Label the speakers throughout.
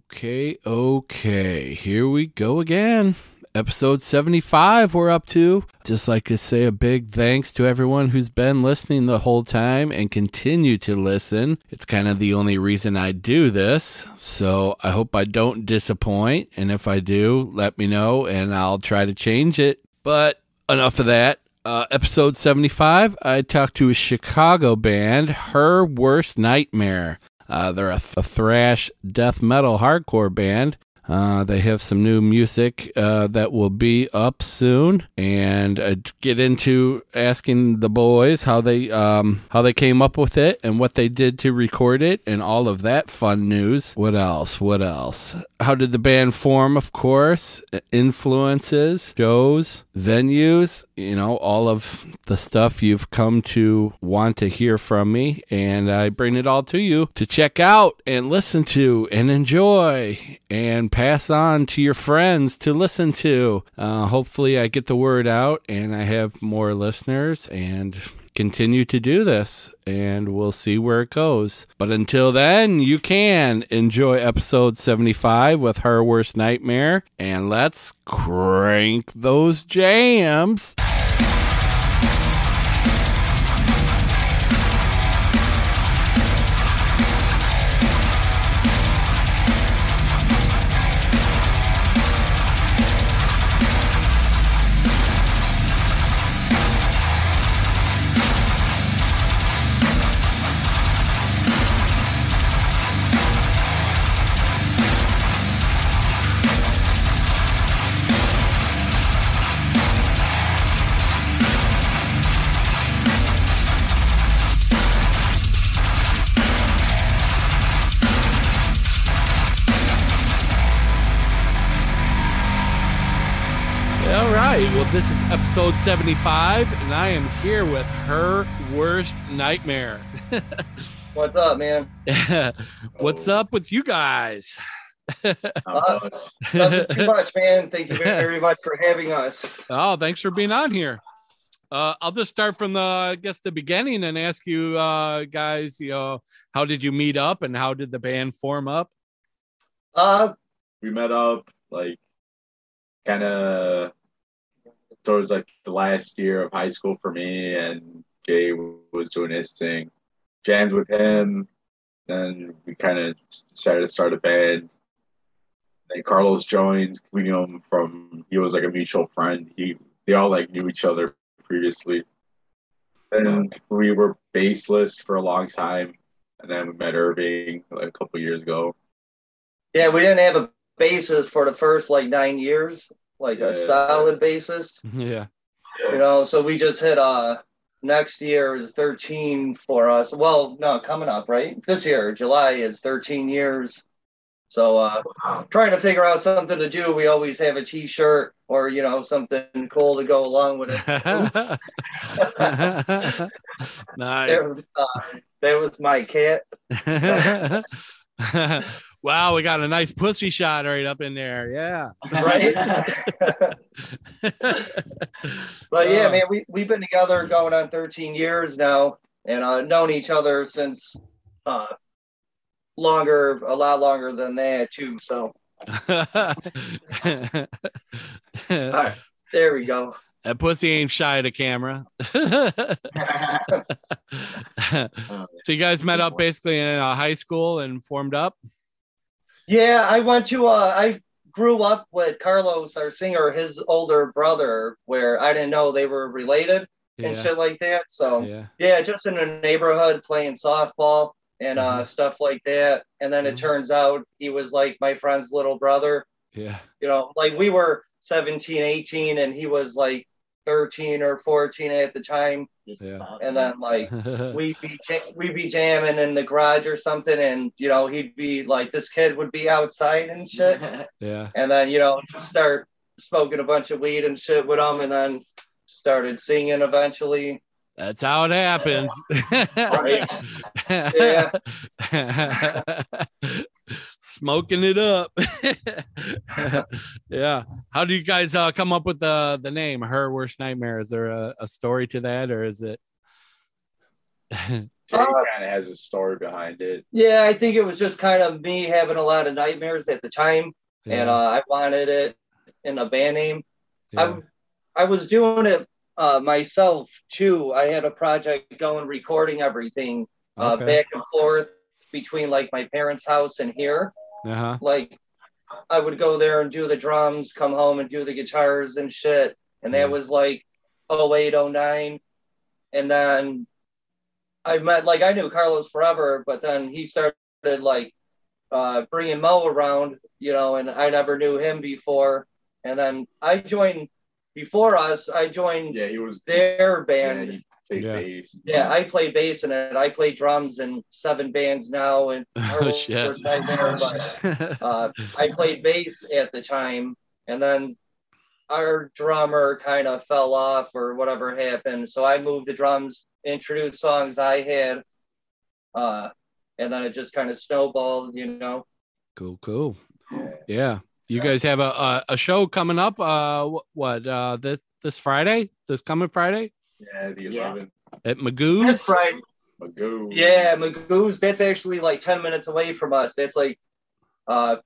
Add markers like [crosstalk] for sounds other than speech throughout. Speaker 1: Okay, okay. Here we go again. Episode 75, we're up to. Just like to say a big thanks to everyone who's been listening the whole time and continue to listen. It's kind of the only reason I do this. So I hope I don't disappoint. And if I do, let me know and I'll try to change it. But enough of that. Uh, episode 75, I talked to a Chicago band, Her Worst Nightmare. Uh, they're a, th- a thrash death metal hardcore band. Uh, they have some new music uh, that will be up soon, and I d- get into asking the boys how they um, how they came up with it and what they did to record it, and all of that fun news. What else? What else? How did the band form? Of course, uh, influences, shows, venues. You know, all of the stuff you've come to want to hear from me, and I bring it all to you to check out and listen to and enjoy and pass on to your friends to listen to. Uh, hopefully, I get the word out and I have more listeners and continue to do this, and we'll see where it goes. But until then, you can enjoy episode 75 with Her Worst Nightmare, and let's crank those jams. All right. Well, this is episode 75, and I am here with her worst nightmare. [laughs]
Speaker 2: What's up, man?
Speaker 1: What's
Speaker 3: Oh.
Speaker 1: up with you guys?
Speaker 3: Not
Speaker 2: Uh,
Speaker 1: [laughs]
Speaker 3: much.
Speaker 2: Nothing too much, man. Thank you very, very much for having us.
Speaker 1: oh, thanks for being on here. Uh, I'll just start from the, I guess, the beginning and ask you uh, guys, you know, how did you meet up and how did the band form up?
Speaker 2: Uh,
Speaker 3: We met up like kind of towards like the last year of high school for me, and Jay was doing his thing. Jammed with him, then we kind of decided to start a band. Then Carlos joined. We knew him from he was like a mutual friend. He they all like knew each other previously. Then we were baseless for a long time, and then we met Irving like a couple years ago.
Speaker 2: yeah, we didn't have a basis for the first like nine years, like
Speaker 3: Yeah.
Speaker 2: a solid basis,
Speaker 1: Yeah.
Speaker 2: you know. So we just hit uh next year is 13 for us. Well, no, coming up, right? This year, July is 13 years. So uh trying to figure out something to do. We always have a t-shirt or you know, something cool to go along with it. There
Speaker 1: [laughs] [laughs] nice.
Speaker 2: was, uh, there was my cat.
Speaker 1: [laughs] wow, we got a nice pussy shot right up in there. Yeah.
Speaker 2: [laughs] right?
Speaker 1: [laughs]
Speaker 2: but yeah,
Speaker 1: Uh.
Speaker 2: man, we we've been together going on 13 years now, and uh, known each other since uh, longer, a lot longer than that too. So
Speaker 1: [laughs]
Speaker 2: there we go.
Speaker 1: That pussy ain't shy of the camera. [laughs] so you guys met up basically in uh, high school and formed up.
Speaker 2: Yeah, I went to. Uh, I grew up with Carlos, our singer, his older brother, where I didn't know they were related and shit um, like that. So.
Speaker 1: yeah.
Speaker 2: Yeah, just in the neighborhood playing softball and uh, stuff like that. And then it
Speaker 1: Mhm.
Speaker 2: turns out he was like my friend's little brother.
Speaker 1: Yeah.
Speaker 2: You know, like we were 17, 18, and he was like 13 or 14 at the time.
Speaker 1: Yeah.
Speaker 2: And
Speaker 1: [laughs]
Speaker 2: then like
Speaker 1: yeah.
Speaker 2: we'd be, ja- we'd be jamming in the garage or something. And, you know, he'd be like, this kid would be outside and
Speaker 3: [laughs]
Speaker 2: shit. [laughs]
Speaker 1: yeah.
Speaker 2: And then, you know, just start smoking a bunch of weed and shit with him. And then started singing eventually.
Speaker 1: That's how it happens.
Speaker 2: [laughs] Right. Yeah.
Speaker 1: [laughs] Smoking it up. [laughs] yeah. How do you guys uh, come up with [laughs] the the name? Her worst nightmare. Is there a, a story to that, or is it?
Speaker 3: Jay
Speaker 2: Uh,
Speaker 3: kind of has a story behind it.
Speaker 2: Yeah, I think it was just kind of me having a lot of nightmares at the time, and uh, I wanted it in a band name.
Speaker 1: yeah.
Speaker 2: I was doing it uh, myself too. I had a project going, recording everything uh,
Speaker 1: Okay.
Speaker 2: back and forth between like my parents' house and here.
Speaker 1: Uh-huh.
Speaker 2: Like I would go there and do the drums, come home and do the guitars and shit. And that
Speaker 1: Yeah.
Speaker 2: was like 08, 09. And then I met like I knew Carlos forever, but then he started like uh, bringing Mo around, you know, and I never knew him before. And then I joined before us. I joined
Speaker 3: Yeah, he was
Speaker 2: their
Speaker 3: yeah,
Speaker 2: band.
Speaker 3: he played
Speaker 1: Yeah.
Speaker 3: bass.
Speaker 2: Yeah, I play bass in it. I play drums in seven bands now, and
Speaker 1: [laughs] Oh,
Speaker 2: Our
Speaker 1: shit.
Speaker 2: Worst Nightmare, but,
Speaker 1: Uh-huh.
Speaker 2: [laughs] uh, I played bass at the time, and then our drummer kind of fell off or whatever happened. So I moved the drums, introduced songs I had, uh, and then it just kind of snowballed, you know.
Speaker 1: cool, cool.
Speaker 3: Yeah.
Speaker 1: Yeah. You guys have a, a, a show coming up uh wh- what uh this this Friday? This coming Friday?
Speaker 3: Yeah, the
Speaker 2: Yeah.
Speaker 3: 11th.
Speaker 1: At
Speaker 2: That's
Speaker 1: Magoo's?
Speaker 2: right.
Speaker 3: Magoo.
Speaker 2: Yeah, Magoo's. That's actually like ten minutes away from us. That's like uh,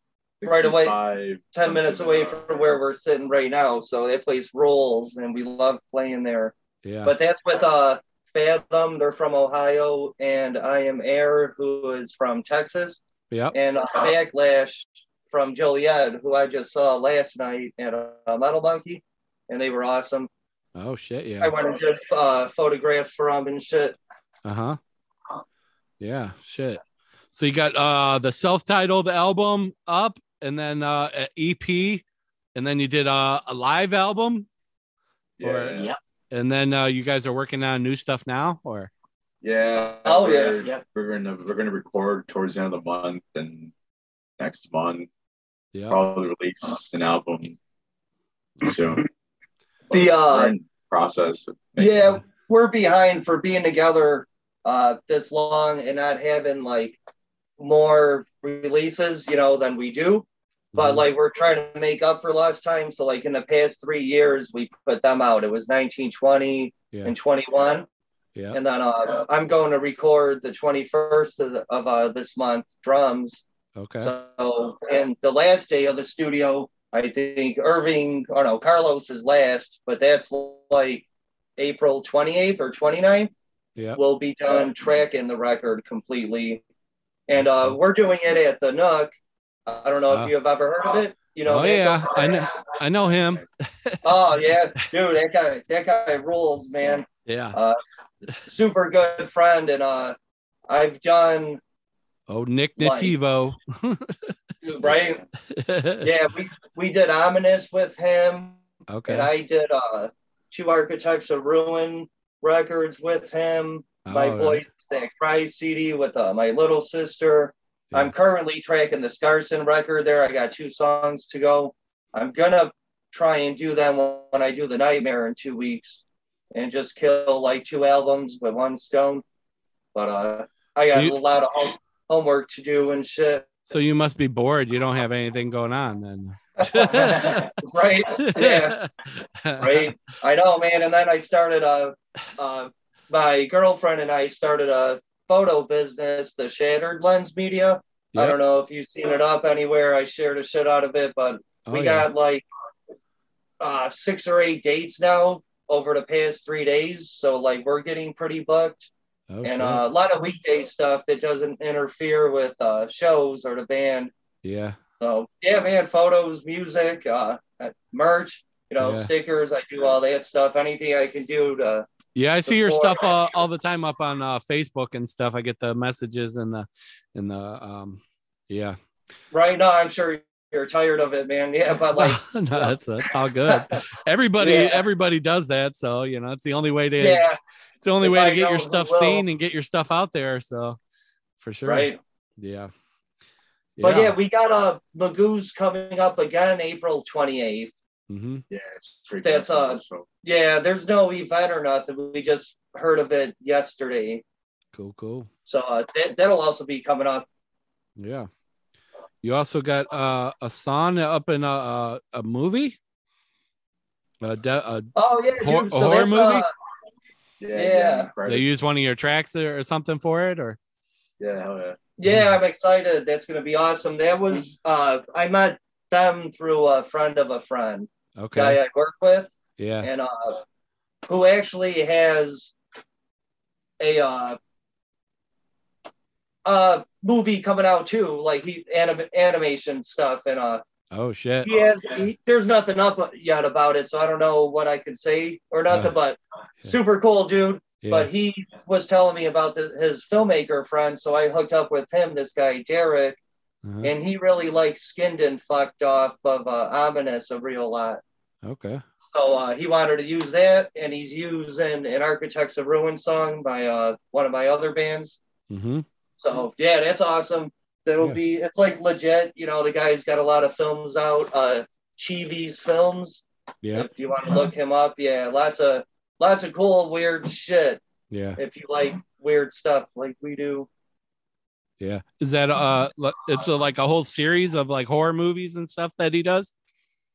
Speaker 2: right away.
Speaker 3: 65,
Speaker 2: ten minutes
Speaker 3: something
Speaker 2: away
Speaker 3: like
Speaker 2: from
Speaker 3: that.
Speaker 2: where we're sitting right now. So that place rolls, and we love playing there.
Speaker 1: Yeah.
Speaker 2: But that's with uh, Fathom. They're from Ohio, and I am Air, who is from Texas,
Speaker 1: yep.
Speaker 2: and uh, Backlash from Joliet, who I just saw last night at uh, Metal Monkey, and they were awesome.
Speaker 1: Oh shit,
Speaker 2: I
Speaker 1: yeah.
Speaker 2: went and did uh, photographs for them and shit.
Speaker 1: Uh-huh. Yeah, shit. So you got uh the self-titled album up and then uh a EP and then you did uh, a live album
Speaker 3: Yeah.
Speaker 4: Yep.
Speaker 1: and then uh you guys are working on new stuff now or
Speaker 3: Yeah.
Speaker 2: Oh, yeah.
Speaker 3: we're,
Speaker 4: Yep.
Speaker 3: We're gonna we're gonna record towards the end of the month and next month
Speaker 2: Oh,
Speaker 1: yeah.
Speaker 3: probably release an album soon.
Speaker 2: The uh,
Speaker 3: We're in process. of making-
Speaker 2: yeah we're behind for being together uh this long and not having like more releases you know than we do but
Speaker 1: Mhm.
Speaker 2: like we're trying to make up for lost time so like in the past three years we put them out it was 19 20
Speaker 1: Yeah.
Speaker 2: and 21
Speaker 1: Yeah.
Speaker 2: and then uh, i'm going to record the 21st of, the- of uh, this month drums
Speaker 1: Okay.
Speaker 2: so, and the last day of the studio, I think Irving, or no, Carlos is last, but that's like April 28th or 29th.
Speaker 1: yeah.
Speaker 2: We'll be done tracking the record completely. And
Speaker 1: Mm-hmm.
Speaker 2: uh, we're doing it at the Nook. I don't know
Speaker 1: Ah.
Speaker 2: if you have ever heard of it. You know,
Speaker 1: oh
Speaker 2: that
Speaker 1: yeah,
Speaker 2: guy-
Speaker 1: I know I know him.
Speaker 2: oh yeah, dude, that guy, that guy rules, man
Speaker 1: Yeah.
Speaker 2: Uh, super good friend. And uh, I've done
Speaker 1: Oh, Nick
Speaker 2: Like-
Speaker 1: Nativo.
Speaker 2: right. Yeah, we we did ominous with him.
Speaker 1: [laughs] Okay.
Speaker 2: And I did uh, two Architects of Ruin records with him.
Speaker 1: All
Speaker 2: my
Speaker 1: right.
Speaker 2: Boys That Cry CD with uh, my little sister.
Speaker 1: Yeah.
Speaker 2: I'm currently tracking the Scarson record there. I got two songs to go. I'm going to try and do them when I do The Nightmare in two weeks and just kill like two albums with one stone. But uh, I got
Speaker 1: You-
Speaker 2: a lot of home- homework to do and
Speaker 1: [laughs]
Speaker 2: shit. [laughs]
Speaker 1: So you must be bored. You don't have anything going on then.
Speaker 2: right? Yeah.
Speaker 1: [laughs]
Speaker 2: right? I know, man. And then I started a, uh, my girlfriend and I started a photo business, the Shattered Lens Media. I
Speaker 1: Yep.
Speaker 2: don't know if you've seen it up anywhere. I shared a shit out of it, but
Speaker 1: Oh,
Speaker 2: we
Speaker 1: yeah.
Speaker 2: got like uh, six or eight dates now over the past three days. So like we're getting pretty booked
Speaker 1: Oh, shit.
Speaker 2: and uh, a lot of weekday stuff that doesn't interfere with uh, shows or the band.
Speaker 1: yeah.
Speaker 2: So yeah, man, photos, music, uh, merch, you know,
Speaker 1: Yeah.
Speaker 2: stickers. I do all that stuff. Anything I can do to.
Speaker 1: Yeah, I see your
Speaker 2: before-
Speaker 1: stuff uh, all the time up on uh, Facebook and stuff. I get the messages and the and the um yeah.
Speaker 2: Right now, I'm sure you're tired of it, man. Yeah, but like,
Speaker 1: [laughs] no, that's, that's all
Speaker 2: [laughs]
Speaker 1: good. Everybody
Speaker 2: Yeah.
Speaker 1: everybody does that, so you know, it's the only way to
Speaker 2: yeah,
Speaker 1: it's the only
Speaker 2: If
Speaker 1: way
Speaker 2: I
Speaker 1: to get
Speaker 2: know
Speaker 1: your
Speaker 2: who
Speaker 1: stuff
Speaker 2: will.
Speaker 1: seen and get your stuff out there, so for sure.
Speaker 2: right.
Speaker 1: Yeah.
Speaker 2: But yeah, we got uh, Magoo's coming up again, April 28th.
Speaker 1: hmm
Speaker 3: Yeah, it's straight
Speaker 2: That's,
Speaker 3: down.
Speaker 2: uh,
Speaker 3: So,
Speaker 2: Yeah, there's no event or nothing. We just heard of it yesterday,
Speaker 1: Cool, cool.
Speaker 2: so uh, that that'll also be coming up.
Speaker 1: Yeah. You also got uh, a song up in a a, a movie. A de- a,
Speaker 2: Oh yeah,
Speaker 1: Hor-
Speaker 2: Oh, dude.
Speaker 1: a horror
Speaker 2: that's,
Speaker 1: movie?
Speaker 2: Uh,
Speaker 3: Yeah.
Speaker 2: Yeah.
Speaker 3: Friday.
Speaker 1: They use one of your tracks or or something for it, or
Speaker 3: yeah. Hell yeah.
Speaker 2: Yeah, I'm excited. That's going to be awesome. That was, uh, I met them through a friend of a friend,
Speaker 1: okay,
Speaker 2: guy I work with,
Speaker 1: yeah,
Speaker 2: and uh, who actually has a uh, uh, movie coming out too, like he anim- animation stuff, and uh,
Speaker 1: oh shit,
Speaker 2: he has.
Speaker 3: yeah.
Speaker 2: He, there's nothing up yet about it, so I don't know what I can say or nothing.
Speaker 1: Uh,
Speaker 2: but
Speaker 1: yeah.
Speaker 2: super cool dude
Speaker 1: yeah,
Speaker 2: but he was telling me about the, his filmmaker friend so i hooked up with him this guy derek
Speaker 1: Uh-huh.
Speaker 2: and he really liked skinned and fucked off of uh, ominous a real lot
Speaker 1: okay,
Speaker 2: so uh, he wanted to use that and he's using an architects of ruin song by uh, one of my other bands
Speaker 1: mm-hmm.
Speaker 2: so yeah that's awesome that'll
Speaker 1: Yeah.
Speaker 2: be it's like legit you know the guy's got a lot of films out uh chivi's films
Speaker 1: yeah, Uh-huh.
Speaker 2: if you want to look him up yeah lots of lots of cool weird shit
Speaker 1: yeah,
Speaker 2: if you like weird stuff like we do.
Speaker 1: yeah. Is that uh, li- it's a, like a whole series of like horror movies and stuff that he does?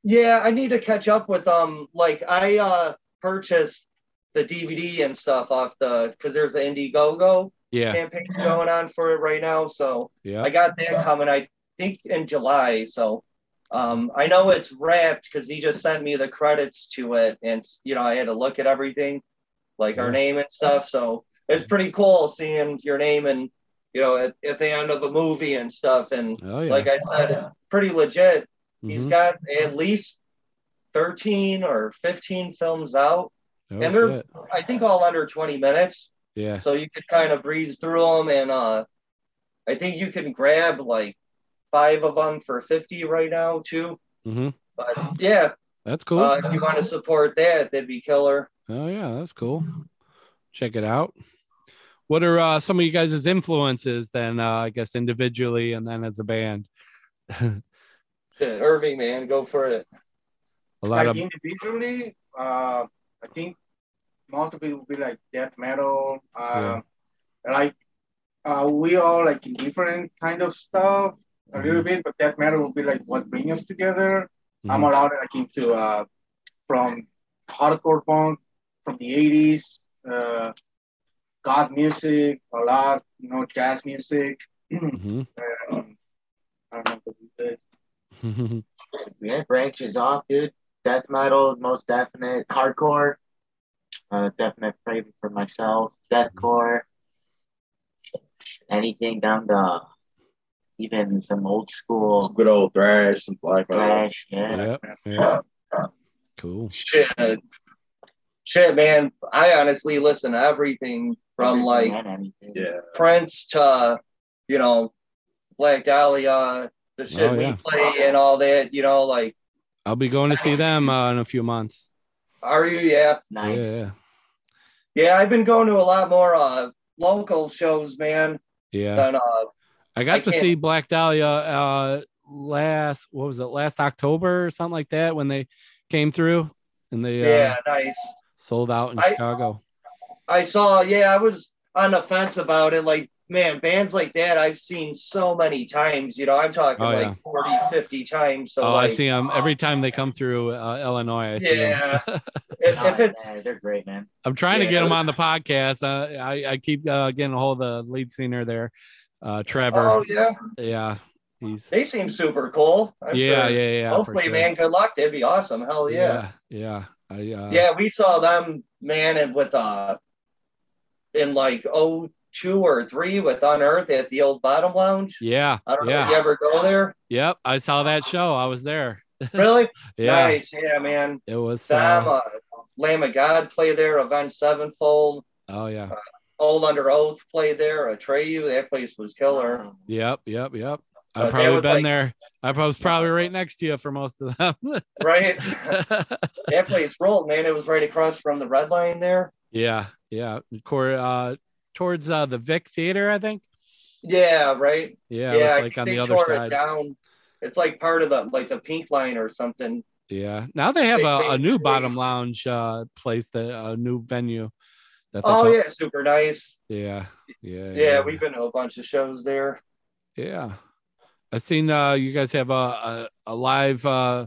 Speaker 2: Yeah, I need to catch up with um like I uh purchased the DVD and stuff off the because there's the Indiegogo
Speaker 1: Yeah,
Speaker 2: campaign going on for it right now. So
Speaker 1: yeah,
Speaker 2: I got that coming I think in July. So um I know it's wrapped because he just sent me the credits to it and you know I had to look at everything like our
Speaker 1: Yeah.
Speaker 2: name and stuff. So it's pretty cool seeing your name and you know at, at the end of a movie and stuff and
Speaker 1: oh yeah.
Speaker 2: like I said, pretty legit. He's
Speaker 1: Mhm.
Speaker 2: got at least 13 or 15 films out.
Speaker 1: Oh,
Speaker 2: and they're,
Speaker 1: shit.
Speaker 2: I think, all under 20 minutes.
Speaker 1: [laughs] yeah,
Speaker 2: So you could kind of breeze through them. And uh, I think you can grab like five of them for 50 right now, too.
Speaker 1: mm-hmm.
Speaker 2: But yeah,
Speaker 1: that's cool.
Speaker 2: uh, if you want to support that, that'd be killer.
Speaker 1: Oh yeah, that's cool. Check it out. What are uh, some of you guys' influences then? Uh, I guess individually and then as a band. a
Speaker 2: Shit, Irving, man, go for it.
Speaker 1: lot
Speaker 4: Like
Speaker 1: of
Speaker 4: individually, uh, I think most of it would be like death metal. Uh, Like uh, we all like in different kind of stuff a little
Speaker 1: Mm-hmm.
Speaker 4: bit, but death metal would be like what bring us together. I'm
Speaker 1: Mhm.
Speaker 4: a lot like into uh, from hardcore punk from the 80s, uh, God music, a lot, you know, jazz music.
Speaker 1: Mhm.
Speaker 4: Um, I don't know what we did.
Speaker 1: Mm-hmm.
Speaker 5: Yeah, it branches off, dude. Death metal, most definite. Hardcore, uh, definite favorite for myself. Deathcore, anything down to even some old
Speaker 3: Some
Speaker 5: school
Speaker 3: good old thrash, some black
Speaker 2: Oh,
Speaker 3: metal.
Speaker 5: thrash. Yeah.
Speaker 1: Yep, [laughs] yeah. Cool.
Speaker 2: Shit. Shit, man. I honestly listen to everything from like
Speaker 5: And anything.
Speaker 3: Yeah.
Speaker 2: Prince to, you know, Black Dahlia, the shit
Speaker 1: Oh, yeah.
Speaker 2: we play and all that, you know, like,
Speaker 1: I'll be going to see them uh, in a few months.
Speaker 2: are you? Yeah.
Speaker 5: Nice.
Speaker 1: Yeah,
Speaker 2: Yeah, I've been going to a lot more uh, local shows, man,
Speaker 1: yeah.
Speaker 2: than, uh,
Speaker 1: I got
Speaker 2: I
Speaker 1: to
Speaker 2: can't-
Speaker 1: see Black Dahlia uh, last what was it last October or something like that when they came through and they
Speaker 2: yeah.
Speaker 1: uh,
Speaker 2: nice.
Speaker 1: sold out in
Speaker 2: I-
Speaker 1: Chicago.
Speaker 2: I saw, yeah, I was on the fence about it. Like, man, bands like that I've seen so many times, you know, I'm talking
Speaker 1: Oh, yeah.
Speaker 2: like 40, 50 times. So,
Speaker 1: oh,
Speaker 2: like,
Speaker 1: I see them every time they come through uh, Illinois. I see 'em. [laughs]
Speaker 2: yeah. if,
Speaker 5: Oh,
Speaker 2: if it's,
Speaker 5: man, they're great, man.
Speaker 1: I'm trying to get
Speaker 2: Yeah.
Speaker 1: him on the podcast. Uh, I I keep uh, getting a hold of the lead singer there, uh, Trevor.
Speaker 2: oh, yeah,
Speaker 1: Yeah, he's
Speaker 2: they seem super cool. I'm
Speaker 1: yeah, yeah,
Speaker 2: sure.
Speaker 1: yeah. for
Speaker 2: Hopefully,
Speaker 1: sure.
Speaker 2: man, good luck. That'd be awesome. Hell yeah.
Speaker 1: yeah, yeah. I, uh,
Speaker 2: yeah we saw them man and with uh in like oh two or three with unearth at the old bottom lounge
Speaker 1: yeah,
Speaker 2: i don't know
Speaker 1: yeah.
Speaker 2: if you ever
Speaker 1: [laughs]
Speaker 2: go there
Speaker 1: Yep, I saw that show. I was there.
Speaker 2: really
Speaker 1: Yeah,
Speaker 2: nice yeah man
Speaker 1: it was.
Speaker 2: them
Speaker 1: Uh,
Speaker 2: uh, lamb of god play there avenged sevenfold
Speaker 1: oh yeah.
Speaker 2: old under oath played there atreyu that place was killer
Speaker 5: Um,
Speaker 1: Yep, yep, yep.
Speaker 2: But
Speaker 1: I've
Speaker 2: that
Speaker 1: probably
Speaker 2: was
Speaker 1: been
Speaker 2: like-
Speaker 1: there. I was probably right next to you for most of them.
Speaker 2: [laughs] [laughs]
Speaker 1: [laughs]
Speaker 2: right that place rolled man it was right across from the red line there
Speaker 1: yeah, yeah. Cor- uh, towards uh, the Vic Theater, I think.
Speaker 2: yeah right
Speaker 1: Yeah,
Speaker 2: yeah
Speaker 1: it
Speaker 2: I
Speaker 1: was like
Speaker 2: think
Speaker 1: on
Speaker 2: they
Speaker 1: the other
Speaker 2: tore it
Speaker 1: side.
Speaker 2: down it's like part of the like the pink line or something
Speaker 1: Yeah. Now they have
Speaker 2: They-
Speaker 1: a, a
Speaker 2: they-
Speaker 1: new
Speaker 2: they-
Speaker 1: bottom lounge uh place that a new venue. That they
Speaker 2: oh
Speaker 1: built.
Speaker 2: yeah super nice
Speaker 1: yeah. Yeah.
Speaker 2: Yeah, we've been to a bunch of shows there.
Speaker 1: yeah. I've seen uh you guys have a a, a live uh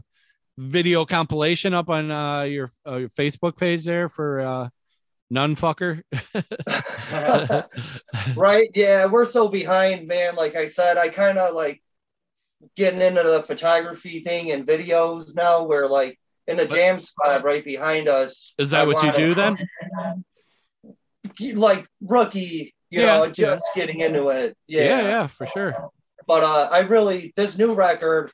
Speaker 1: video compilation up on uh your, uh, your Facebook page there for uh None fucker. [laughs]
Speaker 2: [laughs] right? Yeah, we're so behind, man. Like I said, I kind of like getting into the photography thing and videos now. Where like in the jam spot right behind us.
Speaker 1: Is that
Speaker 2: I
Speaker 1: what you
Speaker 2: wanna-
Speaker 1: do then?
Speaker 2: Like rookie, you
Speaker 1: Yeah,
Speaker 2: know, just getting into it.
Speaker 1: Yeah, yeah,
Speaker 2: [laughs] yeah.
Speaker 1: for sure.
Speaker 2: but uh, I really this new record,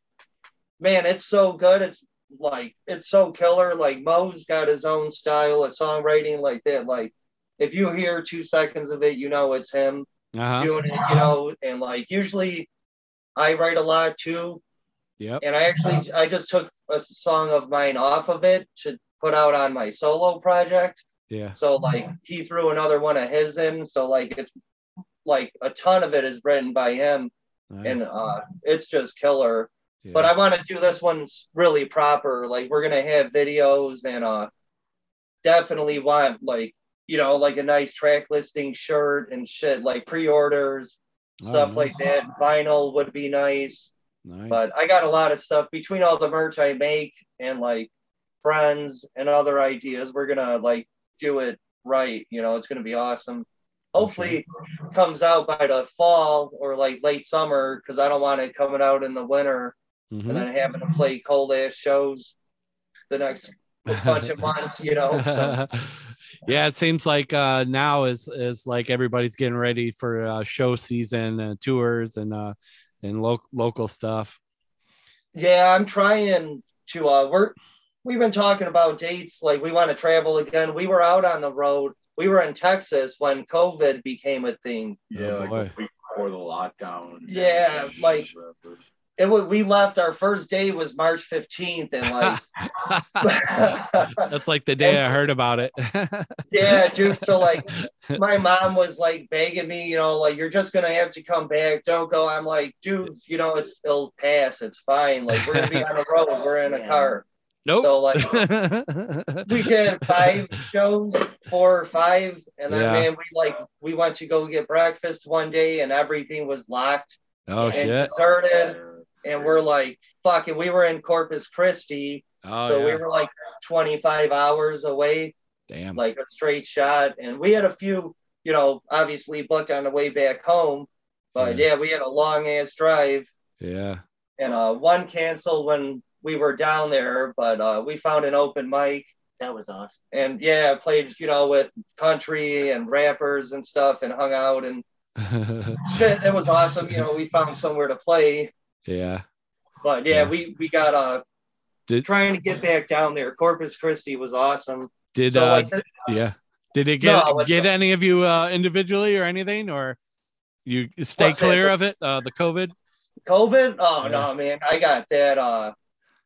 Speaker 2: man, it's so good. It's like it's so killer. Like Mo's got his own style of songwriting, like that. Like if you hear two seconds of it, you know it's him
Speaker 1: Uh huh.
Speaker 2: doing it. You know, and like usually, I write a lot too.
Speaker 1: Yep.
Speaker 2: And I actually I just took a song of mine off of it to put out on my solo project.
Speaker 1: Yeah.
Speaker 2: So like he threw another one of his in. So like it's like a ton of it is written by him
Speaker 1: Nice.
Speaker 2: and uh, it's just killer.
Speaker 1: Yeah.
Speaker 2: But I want to do this one's really proper. Like we're gonna have videos and uh, definitely want like you know like a nice track listing shirt and shit like pre-orders
Speaker 1: Oh,
Speaker 2: stuff
Speaker 1: nice.
Speaker 2: like that. Vinyl would be nice,
Speaker 1: Nice.
Speaker 2: but I got a lot of stuff between all the merch I make and like friends and other ideas. We're gonna like do it right. You know, it's gonna be awesome. Hopefully, comes out by the fall or like late summer because I don't want it coming out in the winter and
Speaker 1: Mhm.
Speaker 2: then having to play cold ass shows the next
Speaker 1: [laughs]
Speaker 2: bunch of months. You know, so
Speaker 1: yeah, it seems like uh, now is is like everybody's getting ready for uh, show season, uh, tours, and uh, and lo- local stuff. [laughs]
Speaker 2: yeah, I'm trying to. Uh, we're we've been talking about dates. Like we want to travel again. We were out on the road. We were in Texas when COVID became a thing.
Speaker 3: Yeah,
Speaker 1: Oh,
Speaker 3: like
Speaker 1: boy.
Speaker 3: a week before the lockdown.
Speaker 2: Yeah, like- it was we left our first day was march 15th and like [laughs]
Speaker 1: That's like the day I heard about it. [laughs]
Speaker 2: yeah dude so like my mom was like begging me you know like you're just gonna have to come back don't go i'm like dude you know it's it'll pass it's fine like we're gonna be
Speaker 1: [laughs]
Speaker 2: on the road we're in a car
Speaker 1: nope.
Speaker 2: so like
Speaker 1: [laughs]
Speaker 2: we did five shows four or five and then
Speaker 1: Yeah.
Speaker 2: man we like we went to go get breakfast one day and everything was locked
Speaker 1: [laughs] oh
Speaker 2: and
Speaker 1: shit.
Speaker 2: deserted and we're like fucking we were in corpus christi
Speaker 1: Oh
Speaker 2: so
Speaker 1: yeah.
Speaker 2: we were like 25 hours away,
Speaker 1: Damn.
Speaker 2: like a straight shot. And we had a few, you know, obviously booked on the way back home. But
Speaker 1: Yeah.
Speaker 2: yeah, we had a long ass drive
Speaker 1: yeah. [laughs]
Speaker 2: and uh, one canceled when we were down there. But uh, we found an open mic
Speaker 5: That was awesome.
Speaker 2: and yeah, played, you know, with country and rappers and stuff and hung out and shit. It was awesome. You know, we found somewhere to play.
Speaker 1: yeah.
Speaker 2: But yeah,
Speaker 1: Yeah.
Speaker 2: we, we got uh,
Speaker 1: Did-
Speaker 2: trying to get back down there. Corpus Christi was awesome.
Speaker 1: Did
Speaker 2: so
Speaker 1: uh,
Speaker 2: like
Speaker 1: yeah. Did it get
Speaker 2: No, it's-
Speaker 1: get any of you uh, individually or anything or you stay
Speaker 2: What's it?
Speaker 1: clear of it? Uh, the COVID.
Speaker 2: COVID? Oh
Speaker 1: Yeah.
Speaker 2: no, man. I got that uh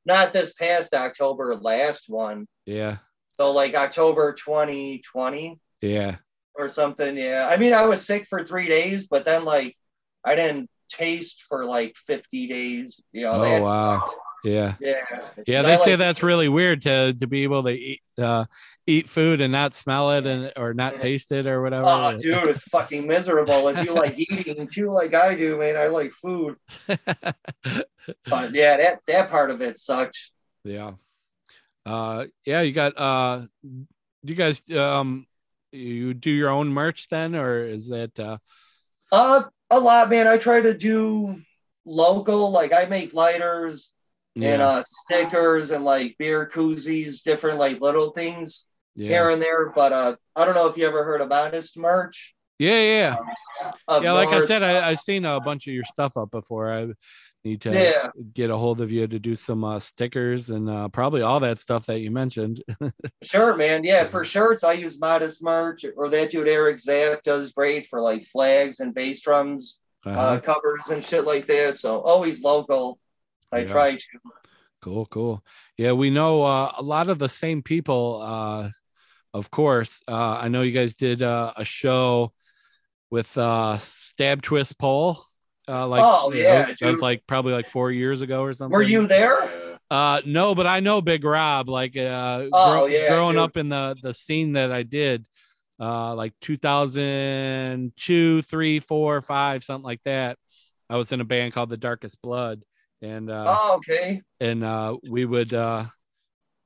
Speaker 2: not this past October, last one.
Speaker 1: Yeah.
Speaker 2: So like October 2020
Speaker 1: Yeah.
Speaker 2: or something. Yeah. I mean, I was sick for three days, but then like I didn't taste for like 50 days. You know,
Speaker 1: Oh,
Speaker 2: that's-
Speaker 1: wow. Yeah.
Speaker 2: Yeah.
Speaker 1: Yeah,
Speaker 2: So
Speaker 1: they
Speaker 2: I,
Speaker 1: say
Speaker 2: like-
Speaker 1: that's really weird to to be able to eat uh, eat food and not smell it and or not taste it or whatever.
Speaker 2: Oh dude, it's fucking miserable. If you like eating too like I do, man, I like
Speaker 1: [laughs]
Speaker 2: food. But yeah, that that part of it sucked.
Speaker 1: yeah, uh, yeah. You got uh, you guys um, you do your own merch then, or is that uh,
Speaker 2: Uh a lot, man. I try to do local, like I make lighters, and
Speaker 1: yeah,
Speaker 2: uh, stickers and like beer koozies, different like little things
Speaker 1: yeah,
Speaker 2: here and there. But uh, I don't know if you ever heard of Honest Merch.
Speaker 1: yeah, yeah,
Speaker 2: up
Speaker 1: yeah. Like I
Speaker 2: north.
Speaker 1: said, I, I've seen a bunch of your stuff up before. I need to
Speaker 2: yeah,
Speaker 1: get a hold of you to do some uh, stickers and uh, probably all that stuff that you mentioned.
Speaker 2: sure, man. Yeah, for shirts, I use Modest Merch, or that dude Eric Zapp does great for like flags and bass drums uh,
Speaker 1: Uh-huh.
Speaker 2: covers and shit like that. So always local. I
Speaker 1: Yeah.
Speaker 2: try to.
Speaker 1: Cool, cool. Yeah, we know uh, a lot of the same people. Uh, of course, uh, I know you guys did uh, a show with uh, Stab Twist Pole. Uh, like,
Speaker 2: Oh, yeah,
Speaker 1: that was
Speaker 2: dude.
Speaker 1: like probably like four years ago or something.
Speaker 2: Were you there?
Speaker 3: Yeah.
Speaker 1: Uh, no, but I know Big Rob. Like, uh,
Speaker 2: Oh,
Speaker 1: grow-
Speaker 2: yeah,
Speaker 1: growing
Speaker 2: dude.
Speaker 1: up in the the scene that I did, uh, like 2002, three, four, five, something like that. I was in a band [laughs] called The Darkest Blood, and uh,
Speaker 2: Oh, okay.
Speaker 1: and uh, we would uh,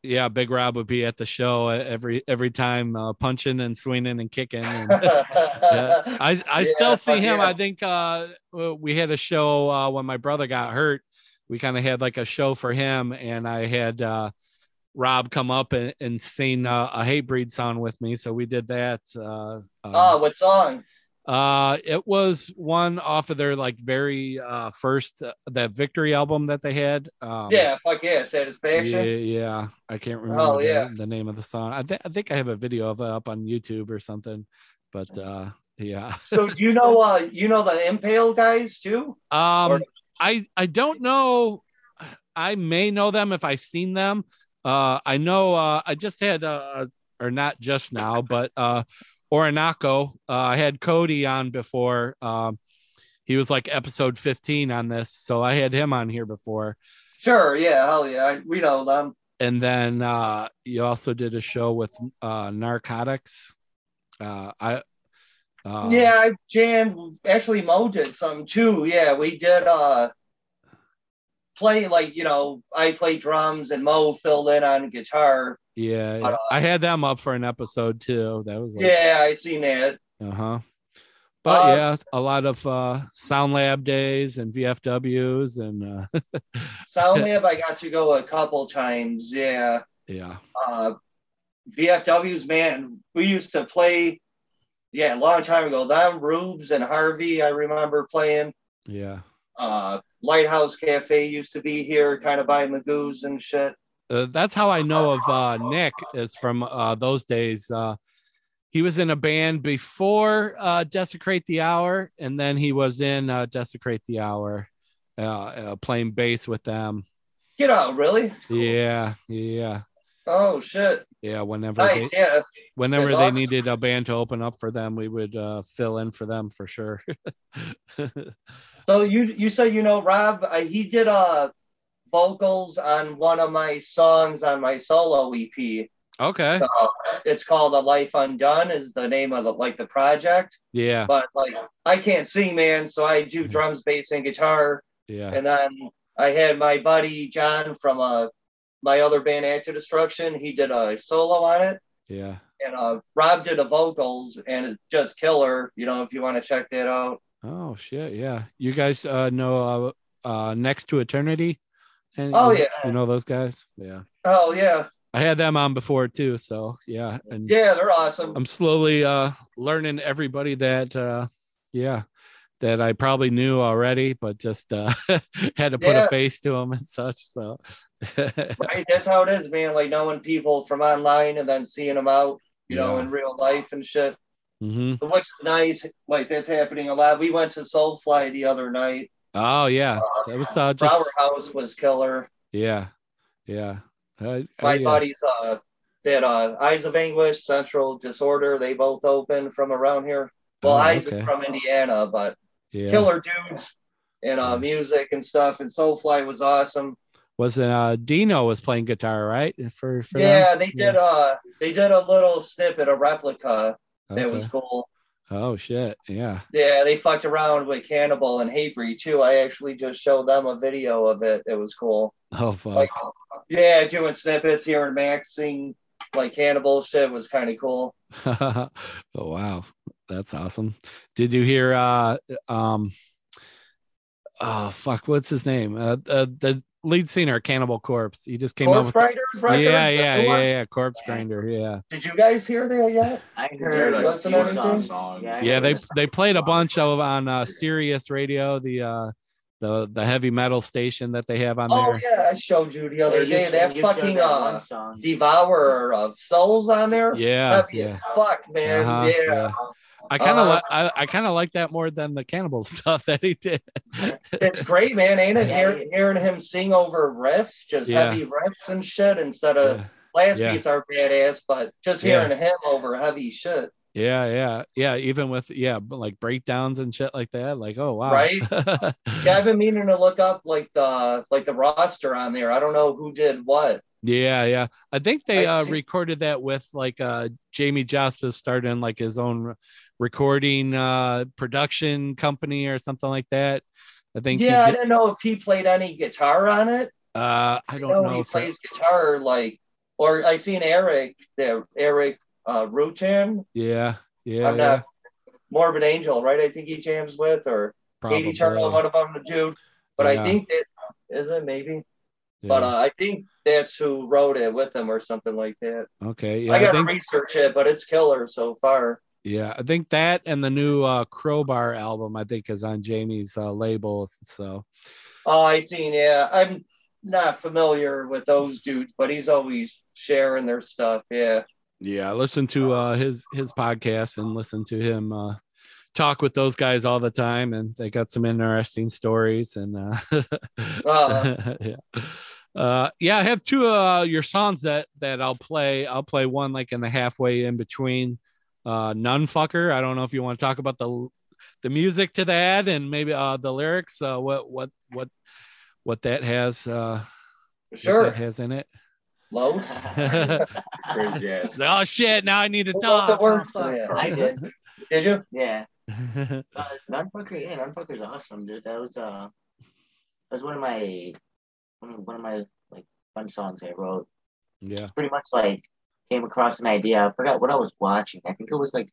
Speaker 1: yeah, Big Rob would be at the show e-, every every time, uh, punching and swinging and kicking. And,
Speaker 2: [laughs] yeah.
Speaker 1: I I
Speaker 2: Yeah,
Speaker 1: still see
Speaker 2: fuck
Speaker 1: him.
Speaker 2: yeah.
Speaker 1: I think uh, uh, we had a show uh, when my brother got hurt. We kind of had like a show for him, and I had uh, Rob come up and, and sing uh, a hate breed song with me. So we did that. Uh, um,
Speaker 2: Oh, what song?
Speaker 1: uh, it was one off of their like very uh, first uh, that Victory album that they had. Um,
Speaker 2: yeah, fuck yeah,
Speaker 1: yeah,
Speaker 2: satisfaction.
Speaker 1: yeah, I can't remember
Speaker 2: Oh,
Speaker 1: the-
Speaker 2: yeah.
Speaker 1: the, name of the song. I, th- I think I have a video of it up on YouTube or something, but uh, yeah.
Speaker 2: so do you know uh you know the impale guys too?
Speaker 1: Um,
Speaker 2: Or-
Speaker 1: I I don't know. I may know them if I seen them. Uh, I know. Uh, I just had uh, or not just now, but uh, Orinoco. Uh, I had Cody on before. Um, he was like episode fifteen on this, so I had him on here before.
Speaker 2: Sure, yeah, hell yeah. I, we know them.
Speaker 1: And then uh, you also did a show with uh, Narcotics. Uh, I uh,
Speaker 2: yeah, I jammed actually Mo did some too. Yeah, we did uh play like you know, I played drums and Mo filled in on guitar.
Speaker 1: yeah.
Speaker 2: Uh,
Speaker 1: yeah. I had them up for an episode too. That was like
Speaker 2: Yeah, I seen that.
Speaker 1: Uh-huh. But
Speaker 2: Uh,
Speaker 1: yeah, a lot of uh sound lab days and VFWs and uh [laughs]
Speaker 2: Sound Lab I got to go a couple times, yeah.
Speaker 1: yeah.
Speaker 2: uh, VFWs, man, we used to play, yeah, a long time ago. Them, Rubes, and Harvey, I remember playing.
Speaker 1: Yeah.
Speaker 2: Uh, Lighthouse Cafe used to be here, kind of by Magoo's and shit.
Speaker 1: Uh, that's how I know of uh Nick is from uh those days. Uh he was in a band before uh Desecrate the Hour and then he was in uh Desecrate the Hour uh, uh playing bass with them.
Speaker 2: Get out, really?
Speaker 1: Yeah. Yeah.
Speaker 2: Oh, shit.
Speaker 1: Yeah, whenever
Speaker 2: Nice,
Speaker 1: they,
Speaker 2: yeah.
Speaker 1: whenever
Speaker 2: That's
Speaker 1: they
Speaker 2: awesome.
Speaker 1: needed a band to open up for them, we would uh fill in for them for sure. [laughs]
Speaker 2: So you you said you know Rob, uh, he did uh, vocals on one of my songs on my solo EP.
Speaker 1: okay.
Speaker 2: So it's called A Life Undone is the name of the, like the project.
Speaker 1: Yeah.
Speaker 2: But like I can't sing, man, so I
Speaker 1: Mm-hmm.
Speaker 2: do drums, bass, and guitar.
Speaker 1: Yeah.
Speaker 2: And then I had my buddy John from uh, my other band, Act of Destruction. He did a solo on it,
Speaker 1: Yeah.
Speaker 2: and uh, Rob did the vocals, and it's just killer. You know, if you want to check that out.
Speaker 1: Oh shit. Yeah. You guys uh know uh uh next to eternity? And
Speaker 2: Oh,
Speaker 1: you-
Speaker 2: yeah.
Speaker 1: You know those guys? Yeah.
Speaker 2: Oh yeah,
Speaker 1: I had them on before too, so yeah. And
Speaker 2: yeah, they're awesome.
Speaker 1: Mm-hmm. I'm slowly uh learning everybody that uh yeah that I probably knew already, but just uh [laughs] had to put a
Speaker 2: Yeah.
Speaker 1: face to them and such. So [laughs]
Speaker 2: Right? That's how it is, man. Like knowing people from online and then seeing them out, you know,
Speaker 1: Yeah.
Speaker 2: in real life and shit.
Speaker 1: Mhm.
Speaker 2: Which is nice. Like that's happening a lot. We went to Soulfly the other night.
Speaker 1: Oh yeah. That was uh, just
Speaker 2: Flower House was killer.
Speaker 1: yeah. Yeah. Uh, oh,
Speaker 2: my
Speaker 1: yeah.
Speaker 2: buddies uh that uh eyes of anguish central disorder they both open from around here well
Speaker 1: Oh,
Speaker 2: eyes is
Speaker 1: okay.
Speaker 2: from indiana but
Speaker 1: yeah.
Speaker 2: killer dudes and uh
Speaker 1: Yeah.
Speaker 2: music and stuff and soulfly was awesome
Speaker 1: was uh Dino was playing guitar, right? For for them?
Speaker 2: yeah they did uh they did a little snippet a replica that was
Speaker 1: Okay.
Speaker 2: cool
Speaker 1: Oh shit! Yeah.
Speaker 2: yeah they fucked around with cannibal and hatebreed too i actually just showed them a video of it it was cool
Speaker 1: Oh fuck.
Speaker 2: like yeah doing snippets here and max sing like cannibal shit was kind of cool
Speaker 1: [laughs] oh wow, that's awesome. Did you hear? uh Um. Oh fuck! What's his name? Uh, uh the lead singer, Cannibal Corpse. He just came
Speaker 2: Corpse
Speaker 1: out with.
Speaker 2: Riders record?
Speaker 1: yeah,
Speaker 2: the
Speaker 1: yeah,
Speaker 2: new
Speaker 1: yeah,
Speaker 2: one?
Speaker 1: yeah. Corpse Grinder. Yeah,
Speaker 2: Did you guys hear that yet?
Speaker 5: I
Speaker 3: They're
Speaker 5: heard
Speaker 2: like
Speaker 5: a
Speaker 2: Listen
Speaker 5: few
Speaker 2: to everything?
Speaker 5: songs. I
Speaker 1: yeah.
Speaker 5: heard
Speaker 1: They
Speaker 5: a song.
Speaker 1: they played a bunch of on uh, Sirius Radio, the uh, the the heavy metal station that they have on
Speaker 2: Oh
Speaker 1: there.
Speaker 2: yeah, I showed you the
Speaker 5: Yeah,
Speaker 2: other
Speaker 5: you
Speaker 2: day.
Speaker 5: showed-
Speaker 2: That
Speaker 5: you showed
Speaker 2: fucking
Speaker 5: that one
Speaker 2: uh,
Speaker 5: song.
Speaker 2: devourer of souls on there.
Speaker 1: Yeah,
Speaker 2: Heavy
Speaker 1: yeah.
Speaker 2: as fuck, man.
Speaker 1: Uh-huh,
Speaker 2: yeah.
Speaker 1: yeah. I kind of
Speaker 2: Uh,
Speaker 1: like I, I kind of like that more than the cannibal [laughs] stuff that he did.
Speaker 2: it's great, man. Ain't it?
Speaker 5: [laughs] Yeah.
Speaker 2: Hearing, hearing him sing over riffs, just
Speaker 1: Yeah.
Speaker 2: heavy riffs and shit, instead of
Speaker 1: Yeah.
Speaker 2: last
Speaker 1: Yeah.
Speaker 2: beats are badass, but just
Speaker 1: Yeah.
Speaker 2: hearing him over heavy shit,
Speaker 1: Yeah, yeah, yeah. Even with yeah, but like breakdowns and shit like that. Like, oh wow,
Speaker 2: right?
Speaker 1: [laughs]
Speaker 2: Yeah,
Speaker 1: yeah,
Speaker 2: I've been meaning to look up like the like the roster on there. I don't know who did what.
Speaker 1: yeah, yeah. I think they
Speaker 2: I
Speaker 1: uh,
Speaker 2: see.
Speaker 1: recorded that with like uh Jamie Justice starting like his own re- recording uh production company or something like that. I think. he
Speaker 2: Yeah, I
Speaker 1: did-
Speaker 2: didn't know if he played any guitar on it.
Speaker 1: uh, I don't
Speaker 2: know
Speaker 1: know.
Speaker 2: he
Speaker 1: if it-
Speaker 2: plays guitar like Or I seen Eric there, Eric uh, Rutan.
Speaker 1: Yeah. Yeah.
Speaker 2: I'm
Speaker 1: yeah,
Speaker 2: not Morbid Angel, right? I think he jams with or uh, Katie Turner,
Speaker 1: probably.
Speaker 2: one of them, the dude. But
Speaker 1: Yeah.
Speaker 2: I think that is it maybe.
Speaker 1: Yeah.
Speaker 2: But uh, I think that's who wrote it with him or something like that.
Speaker 1: okay. Yeah.
Speaker 2: I
Speaker 1: I
Speaker 2: gotta
Speaker 1: think,
Speaker 2: research it, but it's killer so far.
Speaker 1: yeah. I think that and the new uh, Crowbar album, I think, is on Jamie's uh, label. So,
Speaker 2: Oh, I seen. Yeah, I'm not familiar with those dudes, but he's always sharing their stuff.
Speaker 1: [laughs]
Speaker 2: Yeah,
Speaker 1: yeah, I listen to uh, his his podcast and listen to him uh, talk with those guys all the time, and they got some interesting stories. And
Speaker 2: Uh-huh.
Speaker 1: uh,
Speaker 2: Uh.
Speaker 1: [laughs] yeah, uh, yeah, I have two uh, your songs that that I'll play. I'll play one like in the halfway in between. Uh, None fucker. I don't know if you want to talk about the the music to that and maybe uh, the lyrics. Uh, what what what what that has uh, what
Speaker 2: sure.
Speaker 1: that has in
Speaker 2: [laughs]
Speaker 1: it. [laughs]
Speaker 2: Los. [laughs]
Speaker 3: Crazy ass.
Speaker 1: oh shit! Now I need to
Speaker 2: What
Speaker 1: talk.
Speaker 2: the words to
Speaker 5: Fuck,
Speaker 2: that?
Speaker 5: I did.
Speaker 1: [laughs]
Speaker 2: Did you?
Speaker 5: Yeah. Uh, Nunfucker, yeah, Nunfucker's awesome, dude. That was uh, that was one of my one of, one of my like fun songs I wrote.
Speaker 1: yeah.
Speaker 5: Pretty much like came across an idea. I forgot what I was watching. I think it was like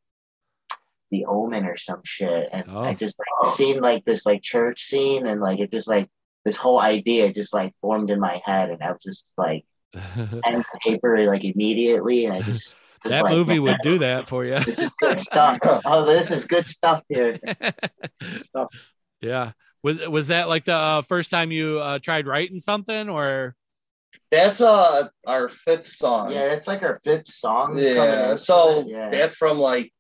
Speaker 5: The Omen or some shit, and
Speaker 1: Oh.
Speaker 5: I just like seen like this like church scene, and like it just like this whole idea just like formed in my head, and I was just like
Speaker 1: [laughs]
Speaker 5: pen and paper like immediately, and I just. just,
Speaker 1: that
Speaker 5: like,
Speaker 1: movie
Speaker 5: man,
Speaker 1: would do that for you.
Speaker 5: This is good stuff. [laughs] I was like, this is good stuff here.
Speaker 1: [laughs] yeah. Was was that like the uh, first time you uh, tried writing something, or
Speaker 2: That's uh our fifth song.
Speaker 5: Yeah, that's like our fifth song. coming
Speaker 2: Yeah,
Speaker 5: in.
Speaker 2: so
Speaker 5: Yeah.
Speaker 2: that's from like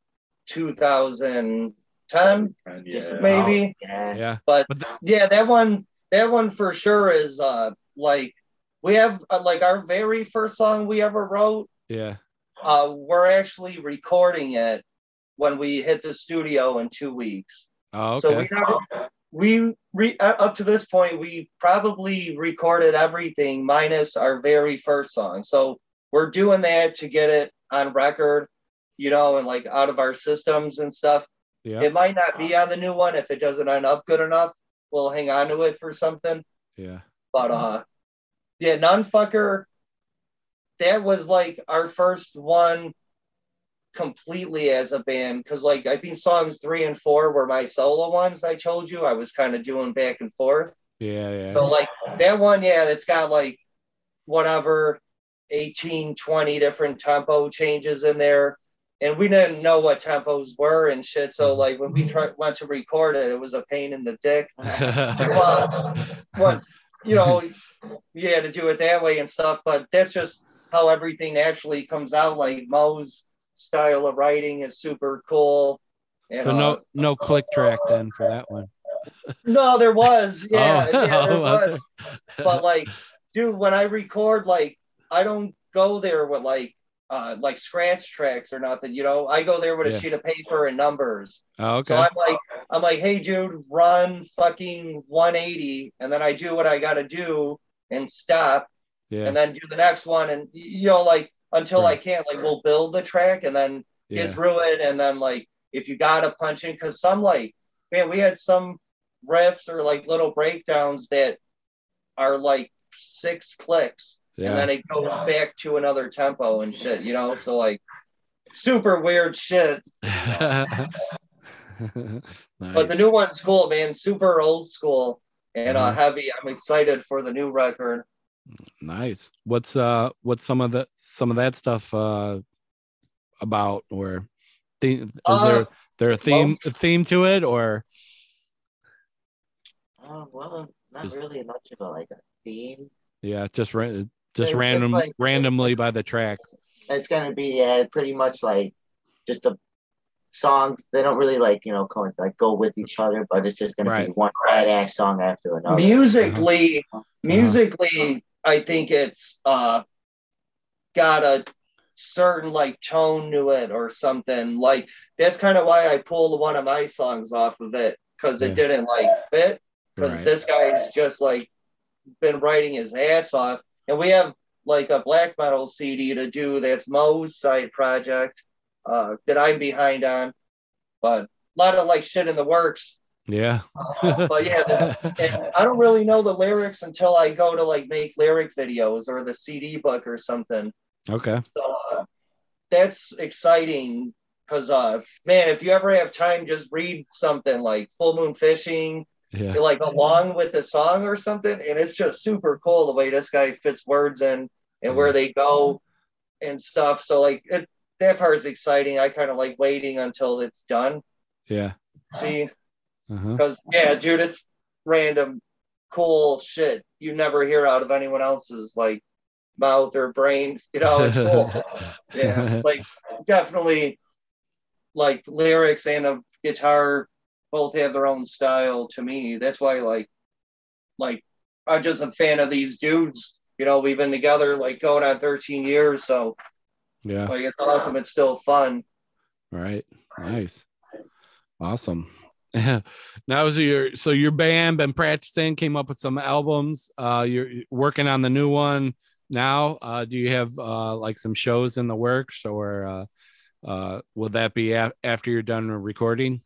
Speaker 2: 2010,
Speaker 3: And
Speaker 2: just
Speaker 3: yeah,
Speaker 2: maybe.
Speaker 5: yeah.
Speaker 1: yeah?
Speaker 2: Yeah, that one, that one for sure is uh like we have uh, like our very first song we ever wrote.
Speaker 1: Yeah.
Speaker 2: Uh, we're actually recording it when we hit the studio in two weeks.
Speaker 1: Oh, okay.
Speaker 2: So we never, we re, uh, up to this point we probably recorded everything minus our very first song. So we're doing that to get it on record, you know, and like out of our systems and stuff.
Speaker 1: yeah.
Speaker 2: It might not be on the new one if it doesn't end up good enough. We'll hang on to it for something.
Speaker 1: yeah.
Speaker 2: But uh, yeah, Nunfucker. That was like our first one completely as a band because like I think songs three and four were my solo ones. I told you I was kind of doing back and forth.
Speaker 1: Yeah. Yeah. [laughs]
Speaker 2: So like that one, yeah, that's got like whatever 18, 20 different tempo changes in there. And we didn't know what tempos were and shit. So like when we tried went to record it, it was a pain in the dick. Well, what you know, you had to do it that way and stuff, but that's just how everything actually comes out. Like Moe's style of writing is super cool. And,
Speaker 1: so no
Speaker 2: uh,
Speaker 1: no click track then for that one.
Speaker 2: no,
Speaker 1: [laughs]
Speaker 2: there was, yeah,
Speaker 1: Oh,
Speaker 2: yeah, there
Speaker 1: was
Speaker 2: was. But like, dude, when I record, like, I don't go there with like, uh, like scratch tracks or nothing. You know, I go there with
Speaker 1: Yeah.
Speaker 2: a sheet of paper and numbers.
Speaker 1: Oh, okay.
Speaker 2: So I'm like, I'm like, hey, dude, run fucking 180, and then I do what I gotta do and stop,
Speaker 1: yeah.
Speaker 2: and then do the next one, and you know, like until I
Speaker 1: Right.
Speaker 2: can't, like we'll build the track and then
Speaker 1: Yeah.
Speaker 2: get through it, and then like if you gotta punch in, because some like, man, we had some riffs or like little breakdowns that are like six clicks, and
Speaker 1: Yeah.
Speaker 2: then it goes back to another tempo and shit, you know, so like super weird shit.
Speaker 1: [laughs]
Speaker 2: But the
Speaker 1: Nice.
Speaker 2: new one's cool, man. Super old school and uh,
Speaker 1: Mhm.
Speaker 2: heavy. I'm excited for the new record.
Speaker 1: Nice. What's uh what's some of the some of that stuff uh about or theme is
Speaker 2: Uh,
Speaker 1: there there a theme
Speaker 2: well-
Speaker 1: a theme to it or
Speaker 5: Oh, well, not
Speaker 1: Is-
Speaker 5: really much of a like a theme.
Speaker 1: yeah just ra-
Speaker 5: It's-
Speaker 1: just
Speaker 5: it's
Speaker 1: random
Speaker 5: like-
Speaker 1: randomly by the tracks
Speaker 5: It's gonna be yeah, pretty much like just the songs. They don't really like you know co- like go with each other, but it's just gonna be
Speaker 1: Right.
Speaker 5: one badass song after another.
Speaker 2: Uh, musically,
Speaker 5: Uh-huh.
Speaker 2: musically, I think it's uh, got a certain like tone to it or something. Like that's kind of why I pulled one of my songs off of it because it
Speaker 1: Yeah.
Speaker 2: didn't like fit. because
Speaker 1: right
Speaker 2: this guy's just like been writing his ass off. And we have like a black metal CD to do that's Moe's side project uh, that I'm behind on, but a lot of like shit in the works.
Speaker 1: yeah [laughs]
Speaker 2: Uh, but yeah, the, and I don't really know the lyrics until I go to like make lyric videos or the CD book or something.
Speaker 1: Okay.
Speaker 2: So uh, that's exciting because, uh, man, if you ever have time, just read something like Full Moon Fishing,
Speaker 1: Yeah.
Speaker 2: [laughs] like along with the song or something. And it's just super cool the way this guy fits words in and where they go and stuff. So, like, it, that part is exciting. I kind of like waiting until it's done.
Speaker 1: Yeah.
Speaker 2: See, [laughs]
Speaker 1: Uh-huh.
Speaker 2: because, yeah, dude, it's random, cool shit you never hear out of anyone else's, like, mouth or brain. You know, Oh, it's
Speaker 1: [laughs]
Speaker 2: cool. yeah like definitely like lyrics and a guitar both have their own style to me that's why like like i'm just a fan of these dudes you know we've been together like going on 13 years so
Speaker 1: Yeah.
Speaker 2: like it's awesome it's still fun
Speaker 1: All right. Nice. Awesome. [laughs] now is your so your band been practicing, came up with some albums. Uh you're working on the new one now. Uh do you have uh like some shows in the works or uh uh will that be af- after you're done recording?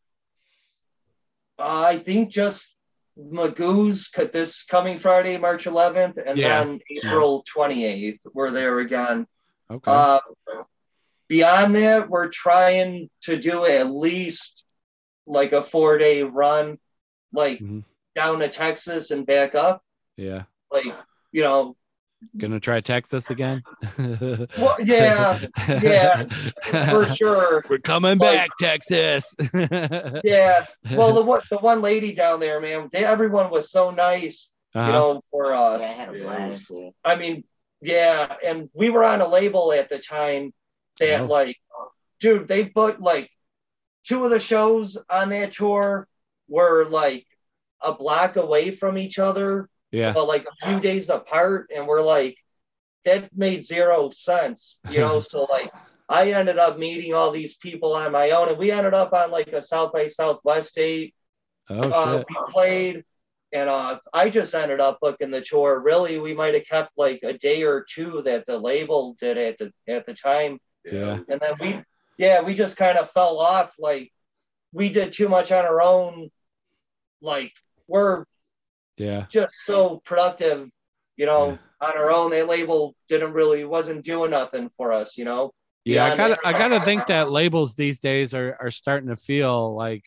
Speaker 2: uh, i think just magoo's cut this coming friday march 11th and
Speaker 1: Yeah.
Speaker 2: then april 28th we're there again
Speaker 1: Okay.
Speaker 2: Uh, beyond that, we're trying to do at least like a four day run, like
Speaker 1: Mhm.
Speaker 2: down to Texas and back up.
Speaker 1: yeah.
Speaker 2: Like, you know,
Speaker 1: Gonna try Texas again?
Speaker 2: well, [laughs] yeah, yeah, for sure.
Speaker 1: [laughs] We're coming
Speaker 2: Like-
Speaker 1: back, Texas. [laughs] well,
Speaker 2: Yeah. Well, the one, the one lady down there, man, they, everyone was so nice,
Speaker 1: Uh-huh,
Speaker 2: you know, for,
Speaker 5: Yeah,
Speaker 2: uh,
Speaker 5: I had a
Speaker 3: Yeah, it was
Speaker 5: blast.
Speaker 3: cool.
Speaker 2: I mean, yeah. And we were on a label at the time that,
Speaker 1: Oh.
Speaker 2: like, dude, they booked like two of the shows on that tour were like a block away from each other,
Speaker 1: yeah.
Speaker 2: but like a few days apart. And we're like, that made zero sense, you know? so, like, I ended up meeting all these people on my own, and we ended up on like a South by Southwest date.
Speaker 1: Oh
Speaker 2: uh,
Speaker 1: shit.
Speaker 2: we played, and uh, I just ended up booking the tour. Really, we might have kept like a day or two that the label did at the at the time
Speaker 1: Yeah.
Speaker 2: and then we yeah we just kind of fell off like we did too much on our own like we're
Speaker 1: Yeah.
Speaker 2: just so productive you know
Speaker 1: Yeah.
Speaker 2: on our own that label didn't really wasn't doing nothing for us you know
Speaker 1: Yeah, I
Speaker 2: Yeah,
Speaker 1: gotta,
Speaker 2: they-
Speaker 1: I gotta
Speaker 2: [laughs]
Speaker 1: think that labels these days are are starting to feel like,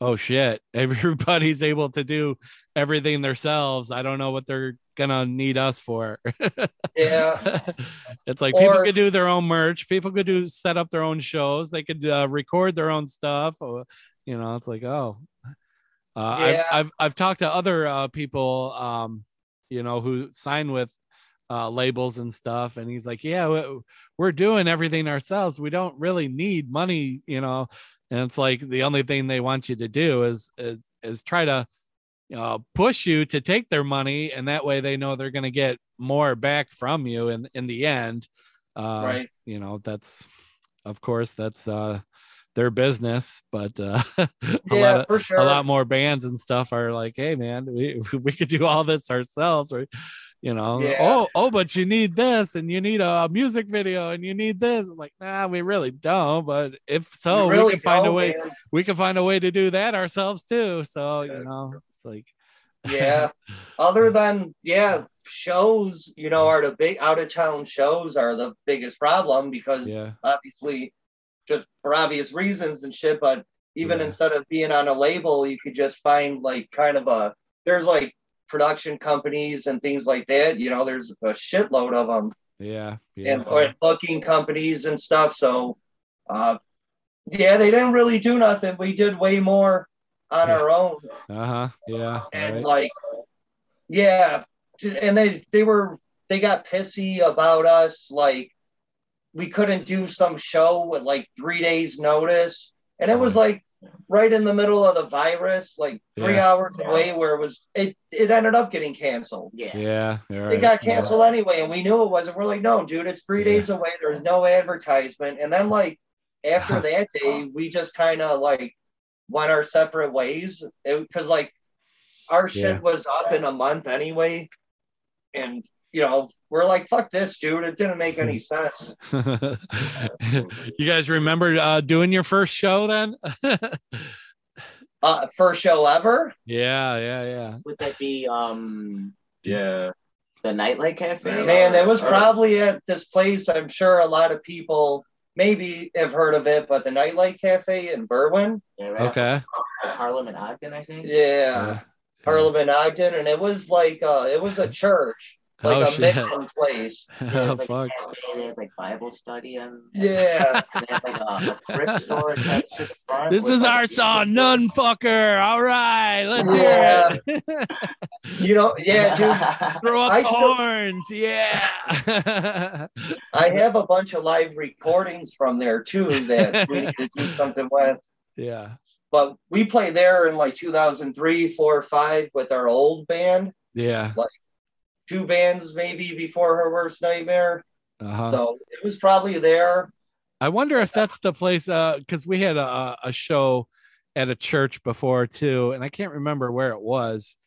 Speaker 1: oh shit, [laughs] everybody's able to do everything themselves. I don't know what they're gonna need us for.
Speaker 2: yeah
Speaker 1: it's like people
Speaker 2: Or-
Speaker 1: could do their own merch. People could do set up their own shows. They could uh, record their own stuff. Or, you know, it's like oh, uh,
Speaker 2: Yeah.
Speaker 1: I've, I've I've talked to other uh, people, um, you know, who sign with uh, labels and stuff, and he's like, yeah, we- we're doing everything ourselves. We don't really need money, you know. And it's like the only thing they want you to do is is is try to uh, push you to take their money, and that way they know they're going to get more back from you in in the end. [laughs] Uh,
Speaker 2: right
Speaker 1: You know, that's of course that's uh, their business, but uh, [laughs] a
Speaker 2: yeah
Speaker 1: lot of,
Speaker 2: for sure
Speaker 1: a lot more bands and stuff are like, hey man, we, [laughs] we could do all this ourselves, or you know,
Speaker 2: Yeah.
Speaker 1: oh oh, but you need this and you need a, music video and you need this. I'm like, nah, we really don't. But if so,
Speaker 2: You really
Speaker 1: we can find a
Speaker 2: go,
Speaker 1: way.
Speaker 2: man.
Speaker 1: We can find a way to do that ourselves too. So you
Speaker 3: Yes.
Speaker 1: know, it's like
Speaker 2: yeah
Speaker 1: [laughs]
Speaker 2: other than yeah shows you know are the big out of town shows are the biggest problem because
Speaker 1: yeah,
Speaker 2: obviously just for obvious reasons and shit but even
Speaker 1: Yeah.
Speaker 2: instead of being on a label you could just find like kind of a there's like production companies and things like that you know there's a shitload of them
Speaker 1: yeah, yeah.
Speaker 2: and or booking companies and stuff so uh yeah they didn't really do nothing we did way more on
Speaker 1: Yeah.
Speaker 2: our own
Speaker 1: Uh huh. Yeah.
Speaker 2: and
Speaker 1: right.
Speaker 2: like yeah and they they were they got pissy about us like we couldn't do some show with like three days notice and it was like right in the middle of the virus like three
Speaker 1: Yeah.
Speaker 2: hours away where it was it it ended up getting canceled
Speaker 5: Yeah.
Speaker 1: Yeah. all
Speaker 2: it
Speaker 1: right,
Speaker 2: got
Speaker 1: yeah.
Speaker 2: canceled anyway and we knew it wasn't we're like no dude it's three
Speaker 1: Yeah.
Speaker 2: days away there's no advertisement and then like
Speaker 1: [laughs]
Speaker 2: after that day we just kind of like went our separate ways because like our shit
Speaker 1: Yeah.
Speaker 2: was up in a month anyway and you know we're like fuck this dude it didn't make
Speaker 1: Hmm.
Speaker 2: any sense
Speaker 1: [laughs] you guys remember uh, doing your first show then? yeah,
Speaker 2: uh first show ever
Speaker 1: yeah, yeah.
Speaker 5: Would that be um
Speaker 3: [laughs] Yeah.
Speaker 5: The Nightlight Cafe?
Speaker 2: Man, that was probably at this place. I'm sure a lot of people maybe have heard of it, but the Nightlight Cafe in Berwyn.
Speaker 5: Yeah, right off
Speaker 1: Okay.
Speaker 5: of Harlem and Ogden, I think.
Speaker 2: Yeah. Harlem and Ogden. And it was like uh
Speaker 1: [laughs]
Speaker 2: it was a church, like
Speaker 1: oh
Speaker 2: a
Speaker 1: shit. [laughs]
Speaker 2: mission place.
Speaker 5: Yeah,
Speaker 1: oh
Speaker 5: it's
Speaker 1: fuck.
Speaker 5: like a cafe, They had like Bible study and
Speaker 2: Yeah.
Speaker 5: and they had like a, a thrift store.
Speaker 2: [laughs]
Speaker 5: attached to the front
Speaker 1: This
Speaker 5: with,
Speaker 1: is
Speaker 5: like,
Speaker 1: our
Speaker 5: music
Speaker 1: song, Nun Fucker. All right, let's [laughs]
Speaker 2: Yeah.
Speaker 1: hear it.
Speaker 2: you know, yeah,
Speaker 1: [laughs]
Speaker 2: dude.
Speaker 1: Throw up
Speaker 2: I
Speaker 1: the
Speaker 2: still-
Speaker 1: horns. Yeah. [laughs]
Speaker 2: I have a bunch of live recordings from there too that
Speaker 1: [laughs]
Speaker 2: we need to do something with.
Speaker 1: yeah.
Speaker 2: But we played there in like 2003, four, five with our old band,
Speaker 1: Yeah.
Speaker 2: two bands maybe before her worst nightmare.
Speaker 1: Uh-huh.
Speaker 2: So it was
Speaker 1: [laughs]
Speaker 2: probably there.
Speaker 1: I wonder if that's the place because we had a- a, a show at a church before too, and I can't remember where it was. [laughs]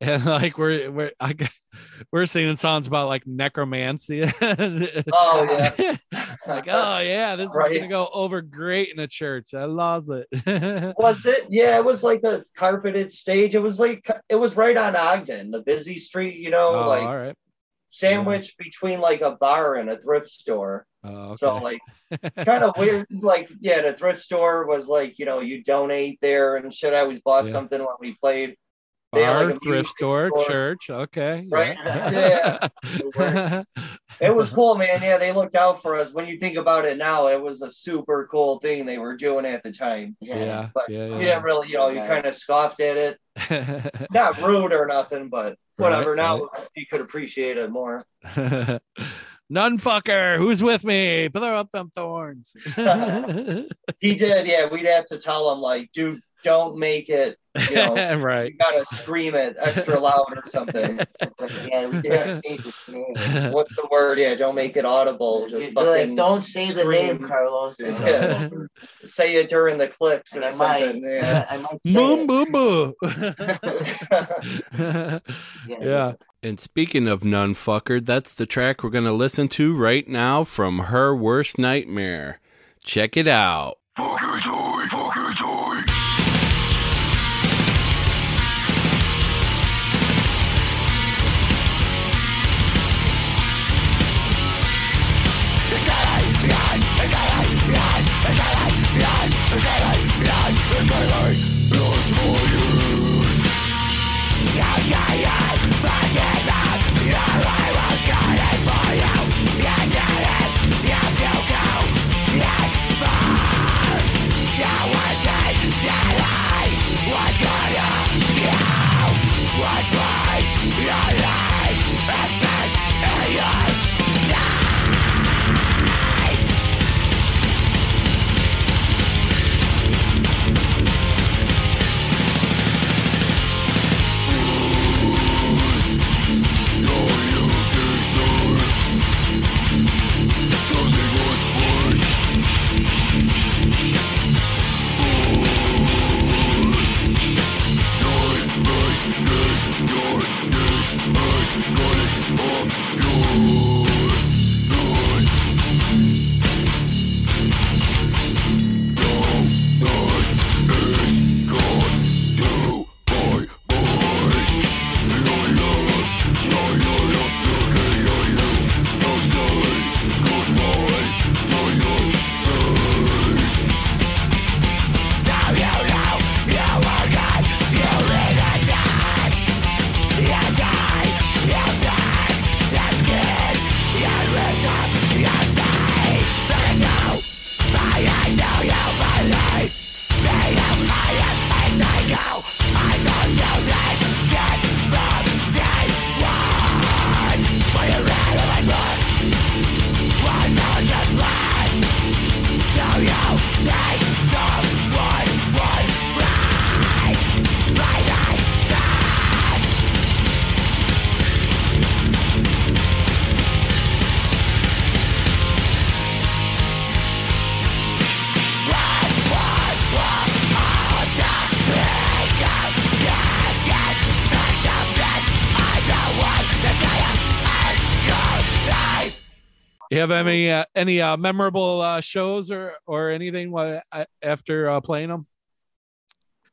Speaker 1: And like we're we're I, g- [laughs] we're singing songs about like necromancy. [laughs]
Speaker 2: Oh yeah.
Speaker 1: like oh yeah, this
Speaker 2: Right.
Speaker 1: is gonna go over great in a church. I lost it. [laughs]
Speaker 2: Was it? Yeah, it was like a carpeted stage. It was like it was right on Ogden, the busy street, you know,
Speaker 1: Oh,
Speaker 2: like
Speaker 1: all right.
Speaker 2: sandwiched between like a bar and a thrift store.
Speaker 1: Oh,
Speaker 2: So
Speaker 1: okay.
Speaker 2: like
Speaker 1: [laughs]
Speaker 2: kind of weird. Like yeah, the thrift store was like you know you donate there and shit. I always bought
Speaker 1: Yeah.
Speaker 2: something when we played. they had, like,
Speaker 1: Bar,
Speaker 2: a music
Speaker 1: thrift store,
Speaker 2: store.
Speaker 1: church. Okay. [laughs]
Speaker 2: Right.
Speaker 1: Yeah.
Speaker 5: works.
Speaker 1: [laughs]
Speaker 2: It was cool, man. Yeah, they looked out for us. When you think about it now, it was a super cool thing they were doing at the time.
Speaker 5: [laughs] Yeah.
Speaker 1: yeah.
Speaker 2: But
Speaker 1: Yeah.
Speaker 2: You didn't really, you know, you
Speaker 5: Yeah.
Speaker 2: kind of scoffed at it.
Speaker 1: Yeah.
Speaker 2: Not rude or nothing, but whatever.
Speaker 1: Right,
Speaker 2: now you could appreciate it more.
Speaker 1: [laughs] None fucker, who's with me? Throw up them
Speaker 2: [laughs]
Speaker 1: thorns.
Speaker 2: He did, yeah. We'd have to tell him, like, dude, don't make it.
Speaker 1: [laughs]
Speaker 2: You
Speaker 1: [laughs]
Speaker 2: know,
Speaker 1: right.
Speaker 2: you gotta scream it extra loud or something.
Speaker 5: It's like, yeah, we can't say
Speaker 1: [laughs]
Speaker 5: this name.
Speaker 2: What's the word? Yeah, don't make it audible. Just
Speaker 5: You're
Speaker 2: fucking
Speaker 5: like, don't say the name,
Speaker 2: scream.
Speaker 5: Carlos. [laughs]
Speaker 2: Yeah. say it during the clicks
Speaker 5: And
Speaker 2: or
Speaker 5: I
Speaker 2: something.
Speaker 5: might,
Speaker 2: Yeah.
Speaker 5: I might
Speaker 1: [laughs]
Speaker 5: say
Speaker 1: Boom,
Speaker 5: it.
Speaker 1: boom, boom.
Speaker 5: yeah.
Speaker 1: [laughs]
Speaker 2: [laughs]
Speaker 1: yeah. And speaking of none fucker, that's the track we're going to listen to right now from Her Worst Nightmare. Check it out. You have any uh, any uh, memorable uh, shows or or anything wha- a- after uh, playing them?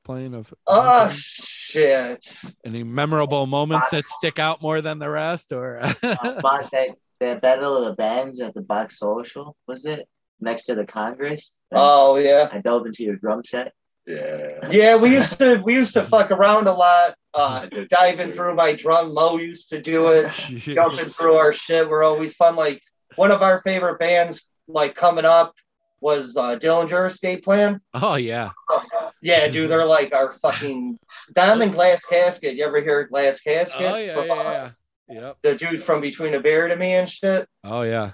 Speaker 1: playing of
Speaker 2: Oh shit!
Speaker 1: any memorable moments that stick out more than the rest? Or [laughs]
Speaker 5: Uh, but that the Battle of the Bands at the Box Social was it next to the Congress?
Speaker 2: Oh yeah,
Speaker 5: I dove into your drum set.
Speaker 3: Yeah.
Speaker 2: yeah. We used to we used to fuck around a lot, uh,
Speaker 3: I did
Speaker 2: diving
Speaker 3: too.
Speaker 2: through my drum. Mo used to do it.
Speaker 1: Yeah.
Speaker 2: jumping through our shit. We're always fun. Like one of our favorite bands, like coming up, was uh, Dillinger Escape Plan.
Speaker 1: oh yeah,
Speaker 2: Yeah, dude, they're like our fucking Diamond Glass Casket. You ever hear of Glass Casket?
Speaker 1: oh yeah, yeah,
Speaker 2: From, uh,
Speaker 1: yeah. Yep.
Speaker 2: The dude from Between a Bear to Me and shit.
Speaker 1: Oh yeah,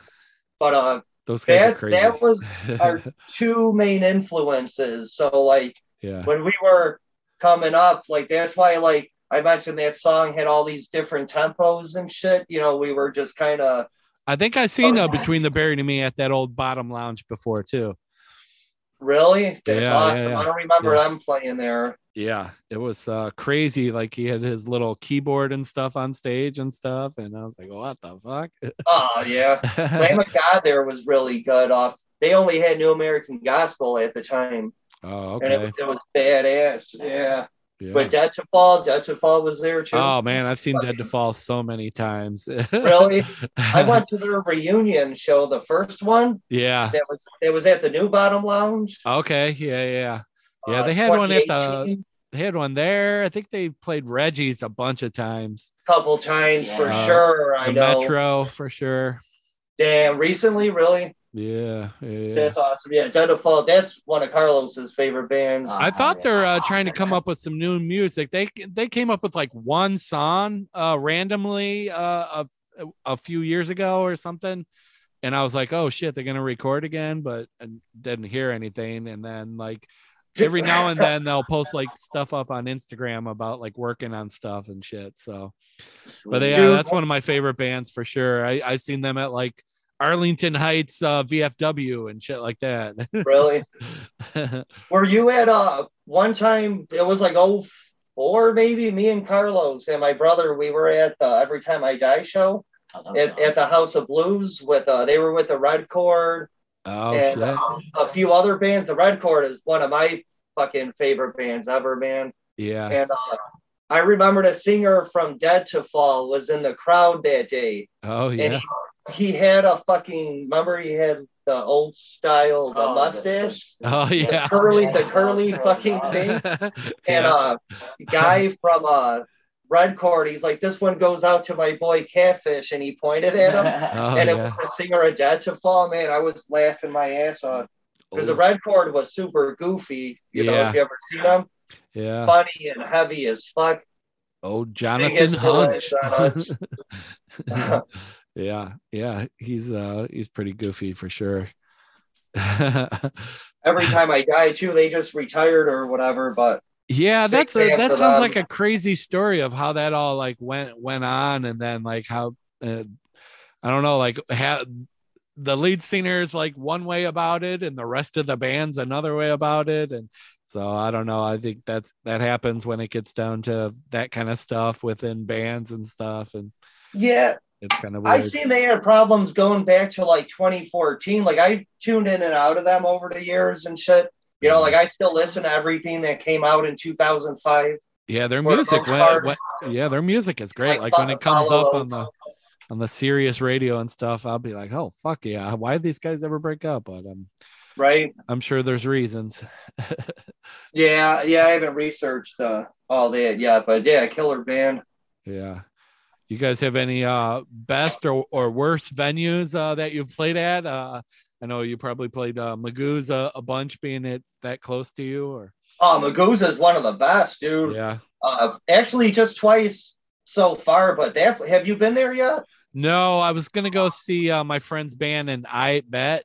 Speaker 2: But uh,
Speaker 1: those guys are
Speaker 2: that
Speaker 1: crazy.
Speaker 2: that was
Speaker 1: [laughs]
Speaker 2: our two main influences. So like
Speaker 1: yeah,
Speaker 2: when we were coming up, like that's why like I mentioned that song had all these different tempos and shit. You know, we were just kind of
Speaker 1: I think I seen uh,
Speaker 5: Oh, yeah.
Speaker 1: between the Barry and me at that old bottom lounge before too.
Speaker 2: Really? That's
Speaker 1: Yeah, yeah,
Speaker 2: awesome.
Speaker 1: yeah.
Speaker 2: I don't remember them playing there.
Speaker 1: Yeah, it was uh, crazy. Like he had his little keyboard and stuff on stage and stuff, and I was like, "What the fuck?"
Speaker 2: Oh yeah. Lamb of God there was really good off they only had New American Gospel at the time.
Speaker 1: oh,
Speaker 2: And
Speaker 1: okay.
Speaker 2: it, was- it was badass. Yeah.
Speaker 1: Yeah.
Speaker 2: But Dead to Fall, Dead to Fall was there too.
Speaker 1: Oh man, I've seen Dead to Fall so many times. [laughs]
Speaker 2: Really? I went to their reunion show, the first one
Speaker 1: Yeah.
Speaker 2: that was that was at the New Bottom Lounge.
Speaker 1: Okay. Yeah. Yeah. Oh, Yeah,
Speaker 2: uh,
Speaker 1: they had one at the-
Speaker 2: 2018,
Speaker 1: They had one there. I think they played Reggie's a bunch of times.
Speaker 2: couple times for
Speaker 1: Yeah.
Speaker 2: sure. I
Speaker 1: The
Speaker 2: know.
Speaker 1: Metro for sure.
Speaker 2: Damn, recently, really?
Speaker 1: Yeah. yeah, Yeah.
Speaker 2: That's awesome. Yeah, Dead to Fall. That's one of Carlos's favorite bands.
Speaker 5: Uh,
Speaker 1: I thought they're uh, trying to come up with some new music. They they came up with like one song uh, randomly uh, a, a few years ago or something, and I was like, oh shit, they're gonna record again, but I didn't hear anything. And then like every now and then they'll post like stuff up on Instagram about like working on stuff and shit. So, but they, yeah,
Speaker 2: Dude.
Speaker 1: that's one of my favorite bands for sure. I I seen them at like Arlington Heights uh, VFW and shit like that.
Speaker 2: [laughs]
Speaker 1: [laughs]
Speaker 2: really? Were you at uh one time it was like oh four maybe me and Carlos and my brother we were at the Every Time I Die show
Speaker 5: Oh, that
Speaker 2: at,
Speaker 5: was
Speaker 2: at the House of Blues with uh they were with the Red Chord
Speaker 1: oh
Speaker 2: Yeah.
Speaker 1: shit.
Speaker 2: a few other bands the Red Chord is one of my fucking favorite bands ever man
Speaker 1: Yeah.
Speaker 2: and uh, I remember the singer from Dead to Fall was in the crowd that day
Speaker 1: Oh
Speaker 2: and
Speaker 1: yeah.
Speaker 2: he, he had a fucking remember he had the old style the
Speaker 5: awesome.
Speaker 2: mustache
Speaker 1: Oh, [laughs]
Speaker 2: [laughs]
Speaker 1: yeah.
Speaker 2: curly- the curly fucking
Speaker 1: [laughs]
Speaker 2: thing. And
Speaker 1: Yeah.
Speaker 2: uh,
Speaker 1: [laughs]
Speaker 2: the guy from uh, Red Cord, he's like, this one goes out to my boy Catfish, and he pointed at
Speaker 1: [laughs]
Speaker 2: him.
Speaker 5: [laughs]
Speaker 1: Oh,
Speaker 2: and it
Speaker 1: yeah.
Speaker 2: was the singer of Dead to Fall. Man, I was laughing my ass off because the Red Cord was super goofy. You know,
Speaker 1: Oh. Yeah. Uh.
Speaker 2: if you ever seen him,
Speaker 1: yeah.
Speaker 2: funny and heavy as fuck.
Speaker 1: Oh,
Speaker 2: Big
Speaker 1: Jonathan
Speaker 2: influence
Speaker 1: Hunch.
Speaker 2: on us. [laughs]
Speaker 1: [laughs] yeah, yeah. He's uh he's pretty goofy for sure. [laughs] yeah,
Speaker 2: Every time I die, too, they just retired or whatever. But
Speaker 1: that's a,
Speaker 2: fans
Speaker 1: that
Speaker 2: of
Speaker 1: sounds
Speaker 2: them.
Speaker 1: like a crazy story of how that all like went went on and then like how uh, I don't know like ha- the lead singer is like one way about it and the rest of the band's another way about it and so i don't know i think that's that happens when it gets down to that kind of stuff within bands and stuff and
Speaker 2: yeah,
Speaker 1: it's kind of weird
Speaker 2: I've seen they had problems going back to like 2014. Like I tuned in and out of them over the years and shit. You
Speaker 1: Mm-hmm.
Speaker 2: know, like I still listen to everything that came out in 2005.
Speaker 1: yeah their
Speaker 2: for the
Speaker 1: music
Speaker 2: most
Speaker 1: went,
Speaker 2: part-
Speaker 1: went- yeah their music is great
Speaker 2: I
Speaker 1: like when
Speaker 2: fo-
Speaker 1: it comes up
Speaker 2: follow
Speaker 1: on the
Speaker 2: those.
Speaker 1: on the serious radio and stuff i'll be like oh fuck yeah why did these guys ever break up but um
Speaker 2: right?
Speaker 1: i'm sure there's reasons
Speaker 2: Yeah, yeah. I haven't researched uh, all that yet, but yeah, killer band.
Speaker 1: yeah you guys have any uh best or, or worst venues uh that you've played at uh i know you probably played uh magoo's a, a bunch being it that close to you or
Speaker 2: Oh, Magooza is one of the best, dude.
Speaker 1: yeah
Speaker 2: Uh, actually, just twice so far. But that have you been there yet?
Speaker 1: no i was gonna go see uh, my friend's band and i bet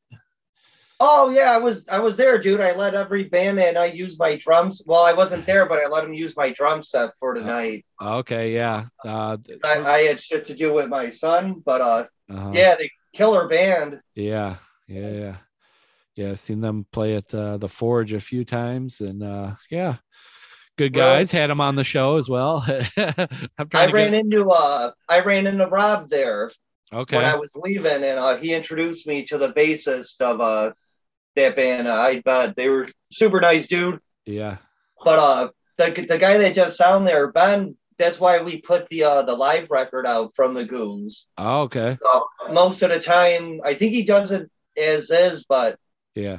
Speaker 2: Oh yeah, I was I was there, dude. I let every band that night use my drums. Well, I wasn't there, but I let them use my drum set for tonight.
Speaker 1: okay yeah uh, th-
Speaker 2: I, I had shit to do with my son, but uh,
Speaker 1: uh-huh.
Speaker 2: yeah, the killer band.
Speaker 1: Yeah, yeah, yeah, yeah. I've seen them play at uh, the Forge a few times, and uh, yeah, good
Speaker 2: Really?
Speaker 1: guys. Had them on the show as well. [laughs] I'm
Speaker 2: I
Speaker 1: trying to
Speaker 2: ran
Speaker 1: get
Speaker 2: into uh, I ran into Rob there when
Speaker 1: okay.
Speaker 2: I was leaving, and uh, he introduced me to the bassist of uh, that band. Uh, I bet they were super nice, dude.
Speaker 1: Yeah,
Speaker 2: But uh, the, the guy that just sound there, Ben. That's why we put the uh, the live record out from the Goons.
Speaker 1: Oh, okay.
Speaker 2: So most of the time, I think he does it as is, but
Speaker 1: Yeah.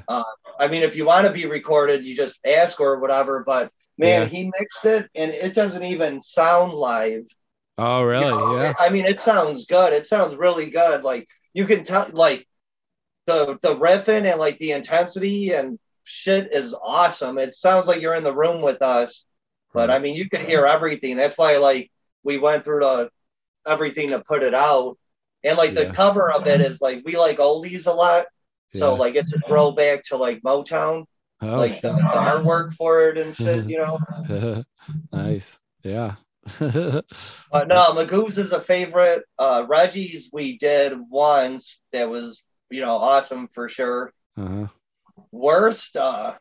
Speaker 2: I mean, if you want to be recorded, you just ask or whatever. But man,
Speaker 1: Yeah.
Speaker 2: he mixed it, and it doesn't even sound live.
Speaker 1: Oh, really?
Speaker 2: You know,
Speaker 1: yeah.
Speaker 2: I mean, it sounds good. It sounds really good. Like you can tell, like the the riffing and like the intensity and shit is awesome. It sounds like you're in the room with us. But I mean, you can hear everything. That's why, like, we went through the everything to put it out, and like the
Speaker 1: Yeah.
Speaker 2: cover of it is like we like oldies a lot. So
Speaker 1: Yeah.
Speaker 2: like it's a throwback to like Motown,
Speaker 1: Oh, Mm-hmm.
Speaker 2: like the, the artwork for it and shit, you know.
Speaker 1: [laughs] nice. Yeah. [laughs] Uh-huh.
Speaker 2: But no, Magoo's is a favorite. Uh, Reggie's we did once. That was you know awesome for sure.
Speaker 1: Uh-huh.
Speaker 2: Worst, uh,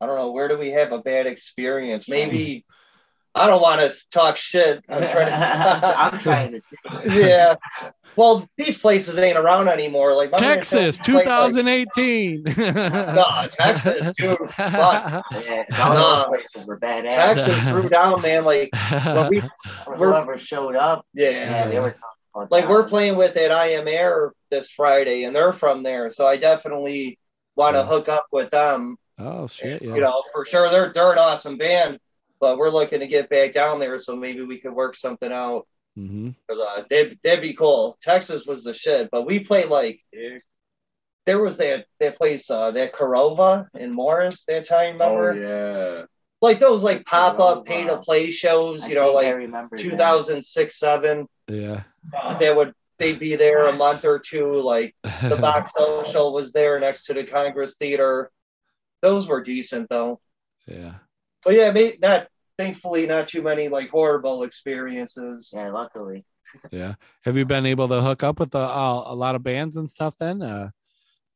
Speaker 2: I don't know. Where do we have a bad experience? Maybe I don't want to talk shit. I'm trying to. [laughs]
Speaker 5: [laughs] I'm trying to.
Speaker 2: yeah. Well, these places ain't around anymore. Like my mom's
Speaker 1: Texas,
Speaker 2: place, like-
Speaker 1: 2018.
Speaker 2: [laughs] No, Texas,
Speaker 1: [laughs]
Speaker 2: dude. Fuck.
Speaker 5: Yeah,
Speaker 2: [laughs] Nah.
Speaker 5: all those places were badass.
Speaker 2: Texas threw down, man. Like when we, we're-
Speaker 5: Whoever showed up, yeah,
Speaker 2: yeah.
Speaker 5: they were talking about
Speaker 2: Like we're playing with at I Am Air this Friday, and they're from there, so I definitely want to
Speaker 1: Yeah.
Speaker 2: hook up with them.
Speaker 1: [laughs] oh shit, yeah.
Speaker 2: You know, for sure, they're they're an awesome band, but we're looking to get back down there, so maybe we could work something out.
Speaker 1: hmm
Speaker 2: Cause uh, they'd they'd be cool. Texas was the shit, but we played like there was that that place uh, that Corova in Morris that time. Remember?
Speaker 3: Oh yeah.
Speaker 2: like those like pop up
Speaker 5: Corova.
Speaker 2: pay to play shows,
Speaker 5: I
Speaker 2: you know,
Speaker 5: think I
Speaker 2: like
Speaker 5: remember them.
Speaker 2: 2006, seven.
Speaker 1: Yeah.
Speaker 2: They would they'd be there a month or two. Like
Speaker 1: [laughs]
Speaker 2: the box social was there next to the Congress Theater. Those were decent though.
Speaker 1: yeah.
Speaker 2: But yeah, may, not thankfully not too many like horrible experiences.
Speaker 5: Yeah, luckily.
Speaker 1: Yeah. Have you been able to hook up with a, uh, a lot of bands and stuff then? Uh,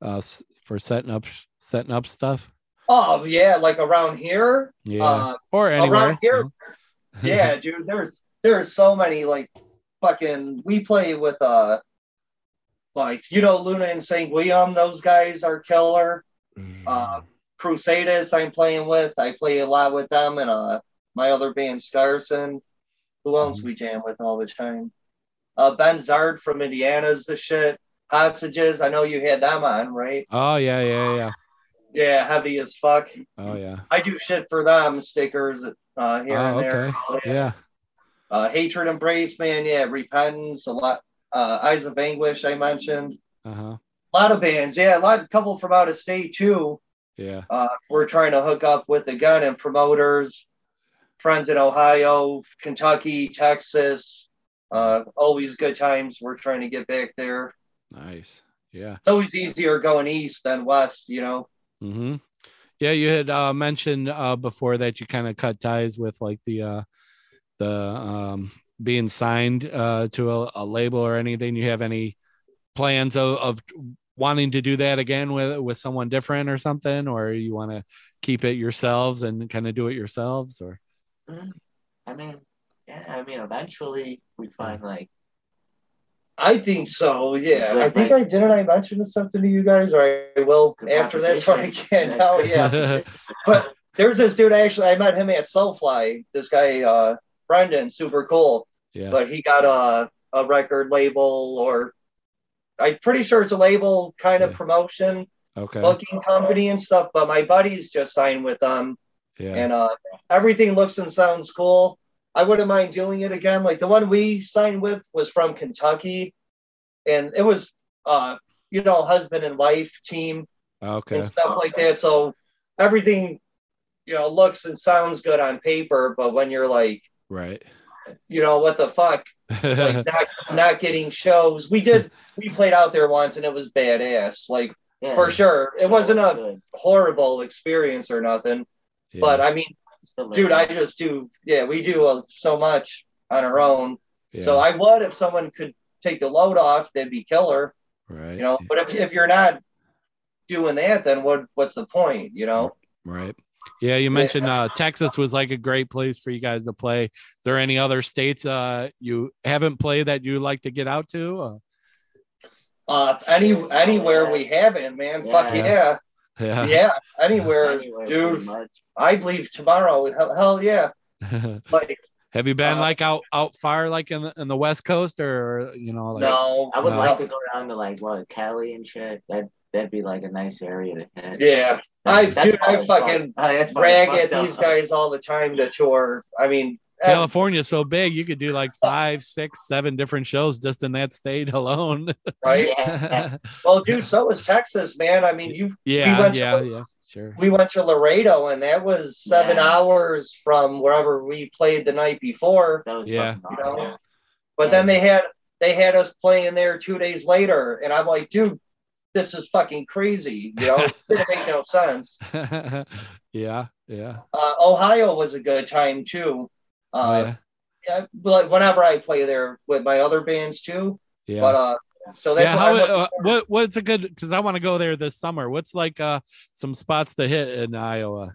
Speaker 1: uh, s- for setting up setting up stuff.
Speaker 2: Oh yeah, like around here.
Speaker 1: Yeah.
Speaker 2: Uh,
Speaker 1: or anywhere.
Speaker 2: here-
Speaker 1: you know? [laughs]
Speaker 2: yeah, dude, there's there's so many like fucking we play with uh like you know Luna and St. Guillaume, those guys are killer. uh, Crusaders I'm playing with. I play a lot with them and uh my other band Scarson. Who
Speaker 1: Mm-hmm.
Speaker 2: else we jam with all the time? Uh Ben Zard from Indiana's the shit. Hostages, I know you had them on, right?
Speaker 1: oh yeah, yeah, yeah.
Speaker 2: Yeah, heavy as fuck.
Speaker 1: Oh yeah.
Speaker 2: I do shit for them, stickers uh here
Speaker 1: Oh,
Speaker 2: and there.
Speaker 1: okay. Yeah.
Speaker 2: Uh Hatred Embrace, man, yeah, Repentance, a lot uh Eyes of Anguish I mentioned.
Speaker 1: Uh huh.
Speaker 2: A lot of bands, yeah, a lot couple from out of state too.
Speaker 1: Yeah.
Speaker 2: uh, we're trying to hook up with the gun and promoters, friends in Ohio, Kentucky, Texas. Uh, always good times. We're trying to get back there.
Speaker 1: Nice. Yeah.
Speaker 2: It's always easier going east than west, you know.
Speaker 1: Mm-hmm. Yeah, you had uh, mentioned uh, before that you kind of cut ties with like the uh, the um, being signed uh, to a, a label or anything. You have any plans of, of wanting to do that again with with someone different or something, or you want to keep it yourselves and kind of do it yourselves? Or
Speaker 5: I mean, yeah, I mean, eventually we find like
Speaker 2: I think so. Yeah, I
Speaker 5: Right,
Speaker 2: think
Speaker 5: right.
Speaker 2: I didn't. I mention something to you guys, or I will
Speaker 5: good
Speaker 2: after this when I
Speaker 5: conversation.
Speaker 2: can. Oh yeah.
Speaker 5: [laughs]
Speaker 2: But- There's this dude. Actually, I met him at Soulfly. This guy, uh, Brendan, super cool.
Speaker 1: [laughs] yeah,
Speaker 2: but he got a, a record label or I'm pretty sure it's a label kind of
Speaker 1: Yeah.
Speaker 2: promotion
Speaker 1: okay,
Speaker 2: booking company and stuff. But my buddies just signed with them
Speaker 1: yeah,
Speaker 2: and uh, everything looks and sounds cool. I wouldn't mind doing it again. Like the one we signed with was from Kentucky and it was, uh, you know, husband and wife team
Speaker 1: okay,
Speaker 2: and stuff like that. So everything, you know, looks and sounds good on paper. But when you're like,
Speaker 1: right. [laughs]
Speaker 2: you know, what the fuck?
Speaker 5: [laughs]
Speaker 2: like not not getting shows. We did we played out there once and it was badass, like
Speaker 5: Yeah,
Speaker 2: for sure. It
Speaker 5: so
Speaker 2: wasn't a
Speaker 5: good.
Speaker 2: horrible experience or nothing,
Speaker 1: Yeah.
Speaker 2: but I mean,
Speaker 5: Still like-
Speaker 2: dude, I just do yeah, we do uh, so much on our own.
Speaker 1: yeah,
Speaker 2: uh, So I would if someone could take the load off, that'd be killer,
Speaker 1: right,
Speaker 2: you know. But if if you're not doing that, then what what's the point, you know?
Speaker 1: Right. Yeah, you mentioned uh, Texas was like a great place for you guys to play. Is there any other states uh, you haven't played that you like to get out to? Uh,
Speaker 2: Uh, any anywhere we haven't, man, fuck
Speaker 5: Yeah. [laughs]
Speaker 2: yeah.
Speaker 1: [laughs] Yeah.
Speaker 2: yeah, anywhere,
Speaker 5: Anywhere, pretty
Speaker 2: dude.
Speaker 5: much.
Speaker 2: I leave tomorrow. Hell, hell yeah! Like
Speaker 1: [laughs] Have you been
Speaker 2: Uh,
Speaker 1: like out out far like in the, in the West Coast or you know like
Speaker 2: no,
Speaker 5: I would
Speaker 1: No.
Speaker 5: like to go down to like what Cali and shit. That that'd be like a nice area to hit.
Speaker 2: Yeah, I-
Speaker 5: That's
Speaker 2: dude, I
Speaker 5: probably fun.
Speaker 2: fucking
Speaker 5: Oh, that's probably
Speaker 2: brag
Speaker 5: fucked
Speaker 2: at
Speaker 5: up.
Speaker 2: these guys all the time to tour. I mean, and-
Speaker 1: California's so big you could do like five, six, seven different shows just in that state alone. [laughs]
Speaker 2: right?
Speaker 5: Yeah.
Speaker 1: yeah,
Speaker 2: Well, dude, so was Texas, man. I mean, you
Speaker 1: yeah,
Speaker 2: went to-
Speaker 1: yeah, sure.
Speaker 2: we went to Laredo, and that was seven
Speaker 5: Yeah.
Speaker 2: hours from wherever we played the night before.
Speaker 5: That was
Speaker 1: Yeah.
Speaker 5: fucking
Speaker 2: You
Speaker 5: awesome.
Speaker 2: know, But then
Speaker 5: Yeah.
Speaker 2: they had they had us playing there two days later, and I'm like, dude, this is fucking crazy. You know, it didn't make no sense.
Speaker 1: [laughs] yeah, yeah.
Speaker 2: Uh, Ohio was a good time too.
Speaker 1: Oh,
Speaker 2: Uh, yeah, but whenever I play there with my other bands too,
Speaker 1: yeah.
Speaker 2: but uh, so that's
Speaker 1: yeah,
Speaker 2: what
Speaker 1: how,
Speaker 2: I'm looking
Speaker 1: uh,
Speaker 2: for.
Speaker 1: what what's a good because I want to go there this summer. What's like uh some spots to hit in Iowa?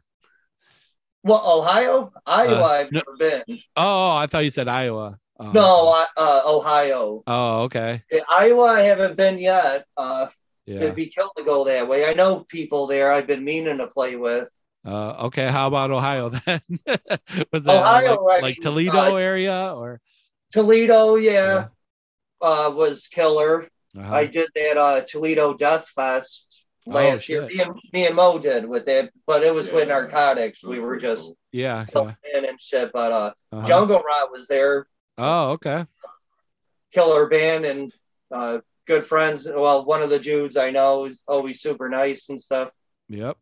Speaker 2: Well, Ohio, Iowa,
Speaker 1: Uh,
Speaker 2: I've
Speaker 1: no-
Speaker 2: never been.
Speaker 1: Oh, I thought you said Iowa. Oh.
Speaker 2: No, I- uh, Ohio,
Speaker 1: Oh, okay.
Speaker 2: Yeah, Iowa, I haven't been yet. Uh,
Speaker 1: Yeah.
Speaker 2: It'd be killed to go that way. I know people there. I've been meaning to play with.
Speaker 1: Uh, okay. How about Ohio [laughs] then? Was that uh,
Speaker 2: Ohio,
Speaker 1: like,
Speaker 2: I
Speaker 1: like
Speaker 2: mean,
Speaker 1: Toledo
Speaker 2: uh,
Speaker 1: area or?
Speaker 2: Toledo, yeah, Uh, was killer.
Speaker 1: Uh-huh.
Speaker 2: I did that uh, Toledo Death Fest
Speaker 1: Oh,
Speaker 2: last year.
Speaker 1: shit.
Speaker 2: Me and, me and Mo did with that, but it was with
Speaker 3: Yeah.
Speaker 2: narcotics. We were just
Speaker 1: yeah. yeah.
Speaker 2: playing and shit. But uh,
Speaker 1: Uh-huh.
Speaker 2: Jungle Rot was there,
Speaker 1: Oh, okay.
Speaker 2: killer band, and uh, good friends. Well, one of the dudes I know is always super nice and stuff.
Speaker 1: Yep.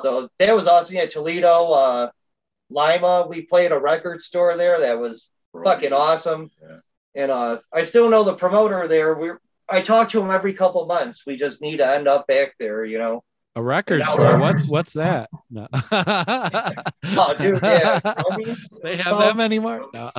Speaker 2: So that was awesome. Yeah, Toledo, uh, Lima. We played a record store there. That was fucking awesome.
Speaker 3: Yeah.
Speaker 2: And uh, I still know the promoter there. We I talk to him every couple months. We just need to end up back there, you
Speaker 1: [laughs]
Speaker 2: know.
Speaker 1: A record
Speaker 2: Now
Speaker 1: store.
Speaker 2: we're- [laughs]
Speaker 1: What's what's that? No. [laughs]
Speaker 2: Oh,
Speaker 1: oh,
Speaker 2: dude, yeah. Homies.
Speaker 1: they have them anymore. No. [laughs]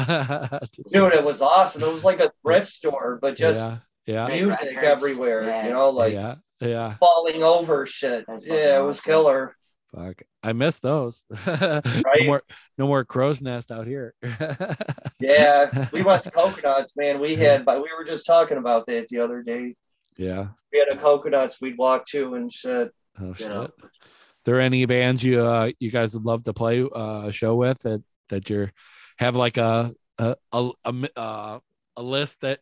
Speaker 1: Just-
Speaker 2: Dude, it was awesome. It was like a thrift store, but just
Speaker 1: yeah, yeah,
Speaker 5: Big
Speaker 2: music
Speaker 5: records.
Speaker 2: everywhere,
Speaker 5: Yeah.
Speaker 2: you know, like
Speaker 1: yeah, yeah.
Speaker 2: falling over shit.
Speaker 5: That's fucking
Speaker 2: yeah, it was
Speaker 5: awesome.
Speaker 2: killer.
Speaker 1: Fuck, I miss those. [laughs] No
Speaker 2: Right?
Speaker 1: more, no more crow's nest out here. [laughs]
Speaker 2: Yeah. we went to coconuts, man. We had but we were just talking about that the other day.
Speaker 1: yeah.
Speaker 2: We had a coconuts we'd walk to and shit.
Speaker 1: Oh shit.
Speaker 5: Yeah.
Speaker 1: there any bands you uh you guys would love to play uh, a show with that that you're have like a a a, a, mi- uh, a list that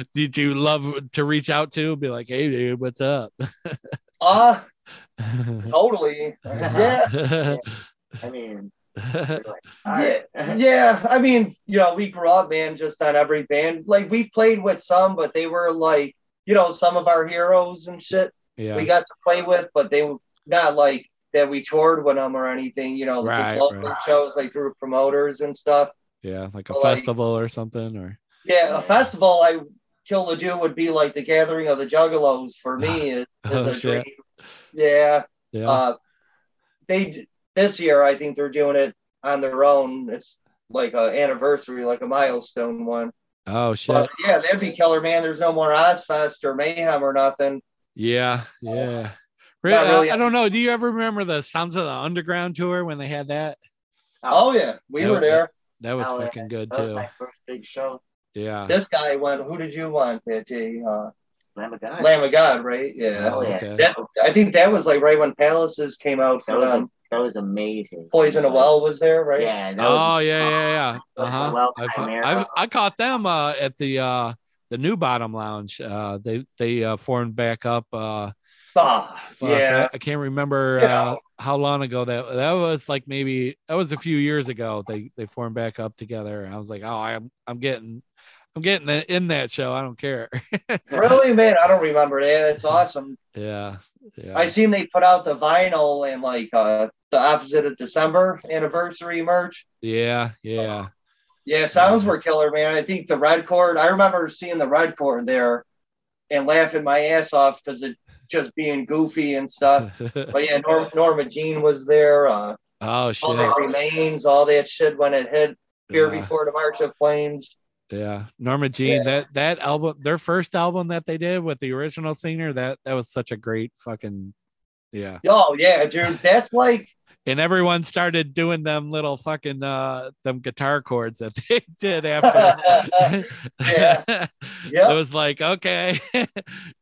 Speaker 1: [laughs] did you love to reach out to be like hey dude what's up [laughs]
Speaker 2: Ah, totally. Yeah.
Speaker 5: I mean,
Speaker 2: Yeah, yeah. I mean, you know, we grew up, man, just on every band. Like we've played with some, but they were like, you know, some of our heroes and shit
Speaker 1: [laughs] yeah
Speaker 2: we got to play with, but they were not like that we toured with them or anything, you know,
Speaker 1: Right,
Speaker 2: just local
Speaker 1: right.
Speaker 2: shows like through promoters and stuff.
Speaker 1: yeah like a
Speaker 2: Like-
Speaker 1: festival or something or
Speaker 2: Yeah, a festival I kill the do would be like the gathering of the juggalos for
Speaker 1: [laughs]
Speaker 2: me is, is
Speaker 1: Oh,
Speaker 2: a
Speaker 1: shit.
Speaker 2: dream. Yeah.
Speaker 1: yeah
Speaker 2: Uh, they d- this year, I think they're doing it on their own. It's like a anniversary, like a milestone one.
Speaker 1: oh shit
Speaker 2: But yeah, that'd be killer, man. There's no more Ozfest or Mayhem or nothing.
Speaker 1: yeah yeah Re-
Speaker 2: Not really.
Speaker 1: I, I don't know do you ever remember the sounds of the underground tour when they had that
Speaker 2: Oh yeah, we
Speaker 1: Yeah,
Speaker 2: were there.
Speaker 1: that was
Speaker 5: Oh, yeah.
Speaker 1: fucking good
Speaker 5: that was
Speaker 1: too
Speaker 5: my first big show.
Speaker 1: yeah
Speaker 2: This guy went. Who did you want that day? Uh,
Speaker 5: Lamb of God.
Speaker 2: Lamb of God, right? Yeah.
Speaker 5: Oh, yeah.
Speaker 1: okay.
Speaker 2: That, I think that was like right when Palaces came out
Speaker 5: That
Speaker 2: for
Speaker 5: was
Speaker 2: them.
Speaker 5: that was amazing.
Speaker 2: Poison a Well was there, right?
Speaker 5: Yeah. That was,
Speaker 1: Oh yeah, yeah, yeah.
Speaker 5: that was
Speaker 1: Uh-huh.
Speaker 5: well
Speaker 1: I've,
Speaker 5: time era.
Speaker 1: I've, I caught them uh, at the uh, the New Bottom Lounge. Uh, they they uh, formed back up. Uh,
Speaker 2: Ah,
Speaker 1: fuck,
Speaker 2: yeah.
Speaker 1: I, I can't remember
Speaker 2: You
Speaker 1: uh,
Speaker 2: know.
Speaker 1: how long ago that that was. Like maybe that was a few years ago. They they formed back up together. I was like, oh, I'm I'm getting I'm getting in that show. I don't care. [laughs]
Speaker 2: Really, man? I don't remember that. It's awesome.
Speaker 1: yeah, yeah.
Speaker 2: I seen they put out the vinyl and like uh the opposite of December anniversary merch.
Speaker 1: yeah,
Speaker 2: [laughs]
Speaker 1: yeah. [laughs]
Speaker 2: Yeah, sounds were
Speaker 1: Mm-hmm.
Speaker 2: killer, man. I think the red cord. I remember seeing the red cord there and laughing my ass off because it just being goofy
Speaker 1: [laughs]
Speaker 2: and stuff. But yeah, Norm, Norma Jean was there. Uh,
Speaker 1: oh shit.
Speaker 2: all that remains, all that shit when it hit Fear
Speaker 1: Yeah.
Speaker 2: Before the March of Flames.
Speaker 1: Yeah, Norma Jean.
Speaker 2: Yeah.
Speaker 1: That that album, their first album that they did with the original singer, that that was such a great fucking yeah.
Speaker 2: Oh yeah, dude,
Speaker 1: [laughs]
Speaker 2: that's like
Speaker 1: And everyone started doing them little fucking uh them guitar chords that [laughs] they did after.
Speaker 2: [laughs] Yeah.
Speaker 1: [laughs] It
Speaker 2: Yep.
Speaker 1: was like okay. [laughs]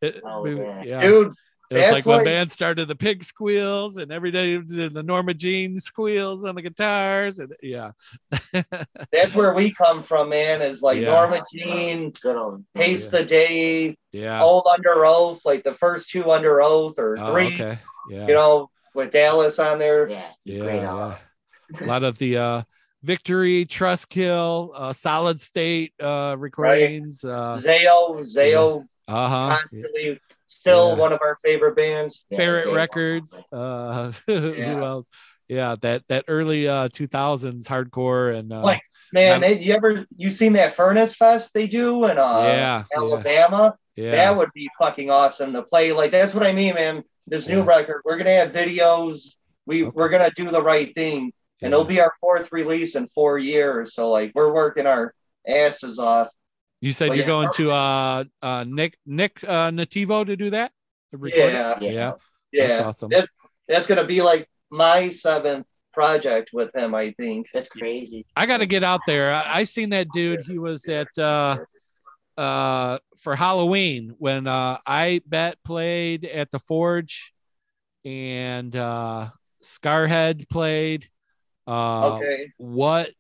Speaker 1: It-
Speaker 5: Oh,
Speaker 1: we-
Speaker 5: yeah.
Speaker 1: yeah.
Speaker 2: dude.
Speaker 1: It was
Speaker 2: That's
Speaker 1: like when
Speaker 2: like-
Speaker 1: band started the pig squeals, and every day it did the Norma Jean squeals on the guitars, and yeah,
Speaker 2: That's where we come from, man. Is like
Speaker 1: Yeah.
Speaker 2: Norma Jean,
Speaker 5: Good old.
Speaker 2: Taste
Speaker 1: Oh, Yeah.
Speaker 2: the Day,
Speaker 1: yeah.
Speaker 2: Old Under Oath, like the first two Under Oath or three.
Speaker 1: Oh, okay, yeah,
Speaker 2: you know, with Dallas on there.
Speaker 5: Yeah.
Speaker 1: yeah,
Speaker 5: Great album.
Speaker 1: yeah. a lot of the uh, victory, trust kill, uh, solid state uh, recordings. Uh uh-huh.
Speaker 2: Zayo, Zayo
Speaker 1: huh.
Speaker 2: constantly still
Speaker 1: Yeah.
Speaker 2: one of our favorite bands.
Speaker 5: Yeah,
Speaker 1: Barrett
Speaker 5: great
Speaker 1: Records.
Speaker 5: album.
Speaker 1: Uh, [laughs]
Speaker 2: Yeah.
Speaker 1: Who else? Yeah, that that early uh, 2000s hardcore and uh,
Speaker 2: Like, Man,
Speaker 1: Now-
Speaker 2: they, you ever you seen that Furnace Fest they do in uh,
Speaker 1: Yeah, yeah.
Speaker 2: Alabama?
Speaker 1: yeah,
Speaker 2: That would be fucking awesome to play. Like that's what I mean, man. This new
Speaker 1: Yeah.
Speaker 2: record, we're gonna have videos. We
Speaker 1: Okay.
Speaker 2: we're gonna do the right thing, and it'll
Speaker 1: yeah.
Speaker 2: be our fourth release in four years. So like we're working our asses off.
Speaker 1: You said
Speaker 2: Well,
Speaker 1: you're
Speaker 2: Oh, yeah.
Speaker 1: going to uh, uh, Nick Nick uh, Nativo to do that. To record it?
Speaker 2: Yeah,
Speaker 1: yeah,
Speaker 5: Yeah.
Speaker 1: That's
Speaker 2: yeah.
Speaker 1: awesome.
Speaker 2: That- That's gonna be like my seventh project with him, I think.
Speaker 5: That's crazy.
Speaker 1: I got to get out there. I, I seen that dude. He was at uh, uh, for Halloween when uh, I bet played at the Forge, and uh, Scarhead played. Uh,
Speaker 2: Okay,
Speaker 1: What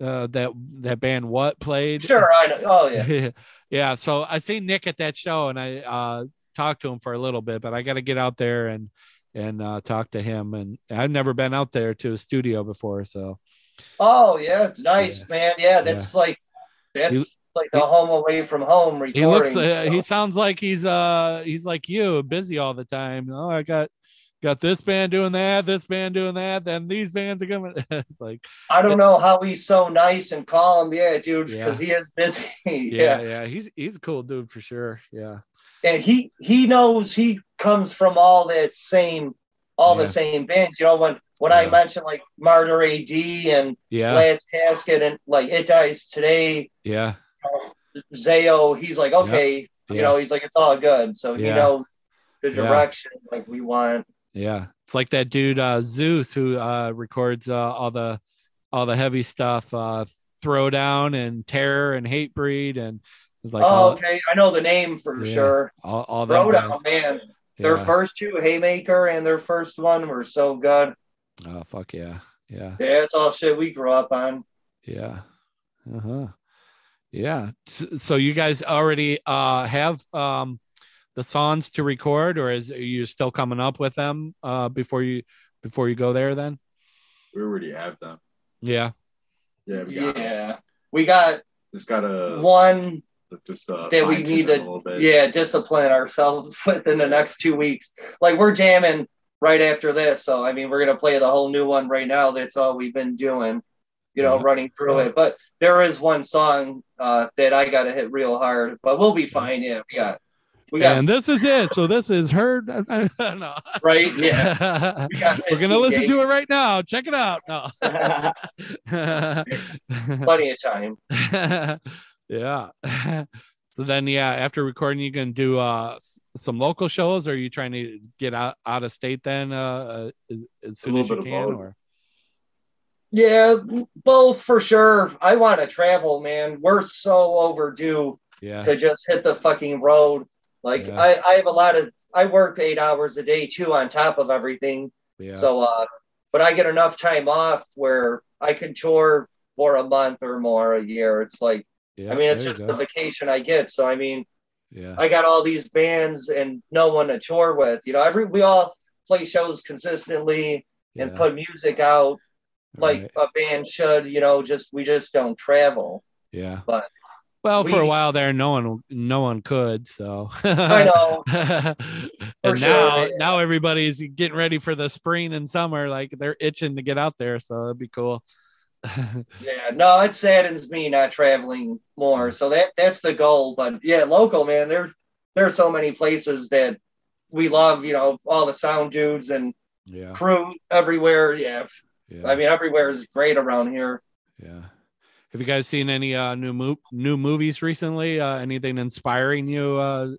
Speaker 1: uh, that that band? What played? [laughs]
Speaker 2: sure. I know. Oh yeah.
Speaker 1: yeah. So I seen Nick at that show and I uh talked to him for a little bit, but I gotta get out there and and uh talk to him. And I've never been out there to a studio before, so
Speaker 2: Oh yeah, it's nice,
Speaker 1: Yeah.
Speaker 2: man. Yeah, that's like that's
Speaker 1: He-
Speaker 2: like the
Speaker 1: he-
Speaker 2: home away from home recording.
Speaker 1: he looks uh,
Speaker 2: so.
Speaker 1: he sounds like he's uh he's like you, busy all the time. Oh, I got got this band doing that, this band doing that, then these bands are coming. [laughs] it's like
Speaker 2: I don't know how he's so nice and calm. Yeah, dude,
Speaker 1: Yeah.
Speaker 2: because he is busy. [laughs] [laughs]
Speaker 1: yeah,
Speaker 2: yeah.
Speaker 1: yeah, He's he's a cool dude for sure. Yeah.
Speaker 2: and he he knows he comes from all that same all the
Speaker 1: Yeah.
Speaker 2: same bands. You know when when I
Speaker 1: Yeah.
Speaker 2: mentioned like Martyr AD and
Speaker 1: Yeah.
Speaker 2: Last Casket and like It Dies Today,
Speaker 1: Yeah.
Speaker 2: Zayo, he's like okay,
Speaker 1: Yeah.
Speaker 2: you know, he's like it's all good. So he
Speaker 1: Yeah.
Speaker 2: knows the
Speaker 1: Yeah.
Speaker 2: direction like we want.
Speaker 1: Yeah, it's like that dude uh, Zeus who uh, records uh, all the all the heavy stuff, uh, Throwdown and Terror and Hatebreed and like
Speaker 2: oh,
Speaker 1: all,
Speaker 2: okay, I know the name for
Speaker 1: Yeah.
Speaker 2: sure.
Speaker 1: all, all them
Speaker 2: Oh, Throwdown,
Speaker 1: bands.
Speaker 2: man.
Speaker 1: Yeah.
Speaker 2: Their first two, Haymaker, and their first one were so good.
Speaker 1: oh fuck yeah, yeah,
Speaker 2: Yeah, it's all shit we grew up on.
Speaker 1: yeah, uh huh, yeah. S- So you guys already uh, have um, the songs to record, or is are you still coming up with them uh, before you before you go there? Then
Speaker 3: We already have them.
Speaker 1: yeah,
Speaker 3: Yeah, we got them.
Speaker 2: Yeah. We got
Speaker 3: just gotta
Speaker 2: one
Speaker 3: just uh,
Speaker 2: that we
Speaker 3: fine-tune
Speaker 2: need
Speaker 3: them a
Speaker 2: to
Speaker 3: little bit.
Speaker 2: yeah, discipline ourselves [laughs] within the next two weeks. Like we're jamming right after this. So I mean we're gonna play the whole new one right now. That's all we've been doing, you know,
Speaker 1: Yeah.
Speaker 2: running through it. But there is one song uh, that I gotta hit real hard, but we'll be fine. Yeah, we got we got
Speaker 1: Mm-hmm. and this is it. So this is heard. [laughs] no.
Speaker 2: [laughs] right, yeah. We got
Speaker 1: [laughs] We're gonna
Speaker 2: 15
Speaker 1: listen
Speaker 2: gigs.
Speaker 1: to it right now. Check it out. No.
Speaker 2: [laughs]
Speaker 1: [laughs]
Speaker 2: plenty of time.
Speaker 1: yeah. [laughs] so then, yeah, after recording, you can do uh s- some local shows. Or are you trying to get out out of state then uh, uh, as, as soon as
Speaker 3: little
Speaker 1: you
Speaker 3: bit of
Speaker 1: can?
Speaker 3: both.
Speaker 1: Or
Speaker 2: Yeah, both for sure. I want to travel, man. We're so overdue
Speaker 1: yeah,
Speaker 2: to just hit the fucking road. Like
Speaker 1: Yeah.
Speaker 2: I, I have a lot of I work eight hours a day too on top of everything.
Speaker 1: yeah,
Speaker 2: So uh but I get enough time off where I can tour for a month or more a year. It's like
Speaker 1: yeah.
Speaker 2: I mean it's
Speaker 1: there you
Speaker 2: just
Speaker 1: go.
Speaker 2: the vacation I get. So I mean
Speaker 1: yeah,
Speaker 2: I got all these bands and no one to tour with. You know, every we all play shows consistently and
Speaker 1: yeah.
Speaker 2: put music out like
Speaker 1: Right.
Speaker 2: a band should, you know, just we just don't
Speaker 1: [laughs]
Speaker 2: travel.
Speaker 1: yeah.
Speaker 2: but
Speaker 1: well, for a
Speaker 2: we-
Speaker 1: while there, no one no one could. So
Speaker 2: I know.
Speaker 1: [laughs] and
Speaker 2: For sure,
Speaker 1: now
Speaker 2: yeah.
Speaker 1: now everybody's getting ready for the spring and summer like they're itching to get out there so it'd be cool [laughs]
Speaker 2: Yeah, no, it saddens me not traveling more. So that that's the goal. But yeah, local man, there's there's so many places that we love, you know, all the sound dudes and
Speaker 1: yeah,
Speaker 2: crew everywhere. Yeah.
Speaker 1: yeah
Speaker 2: I mean everywhere is great around here.
Speaker 1: yeah have you guys seen any uh new mo- new movies recently uh anything inspiring you uh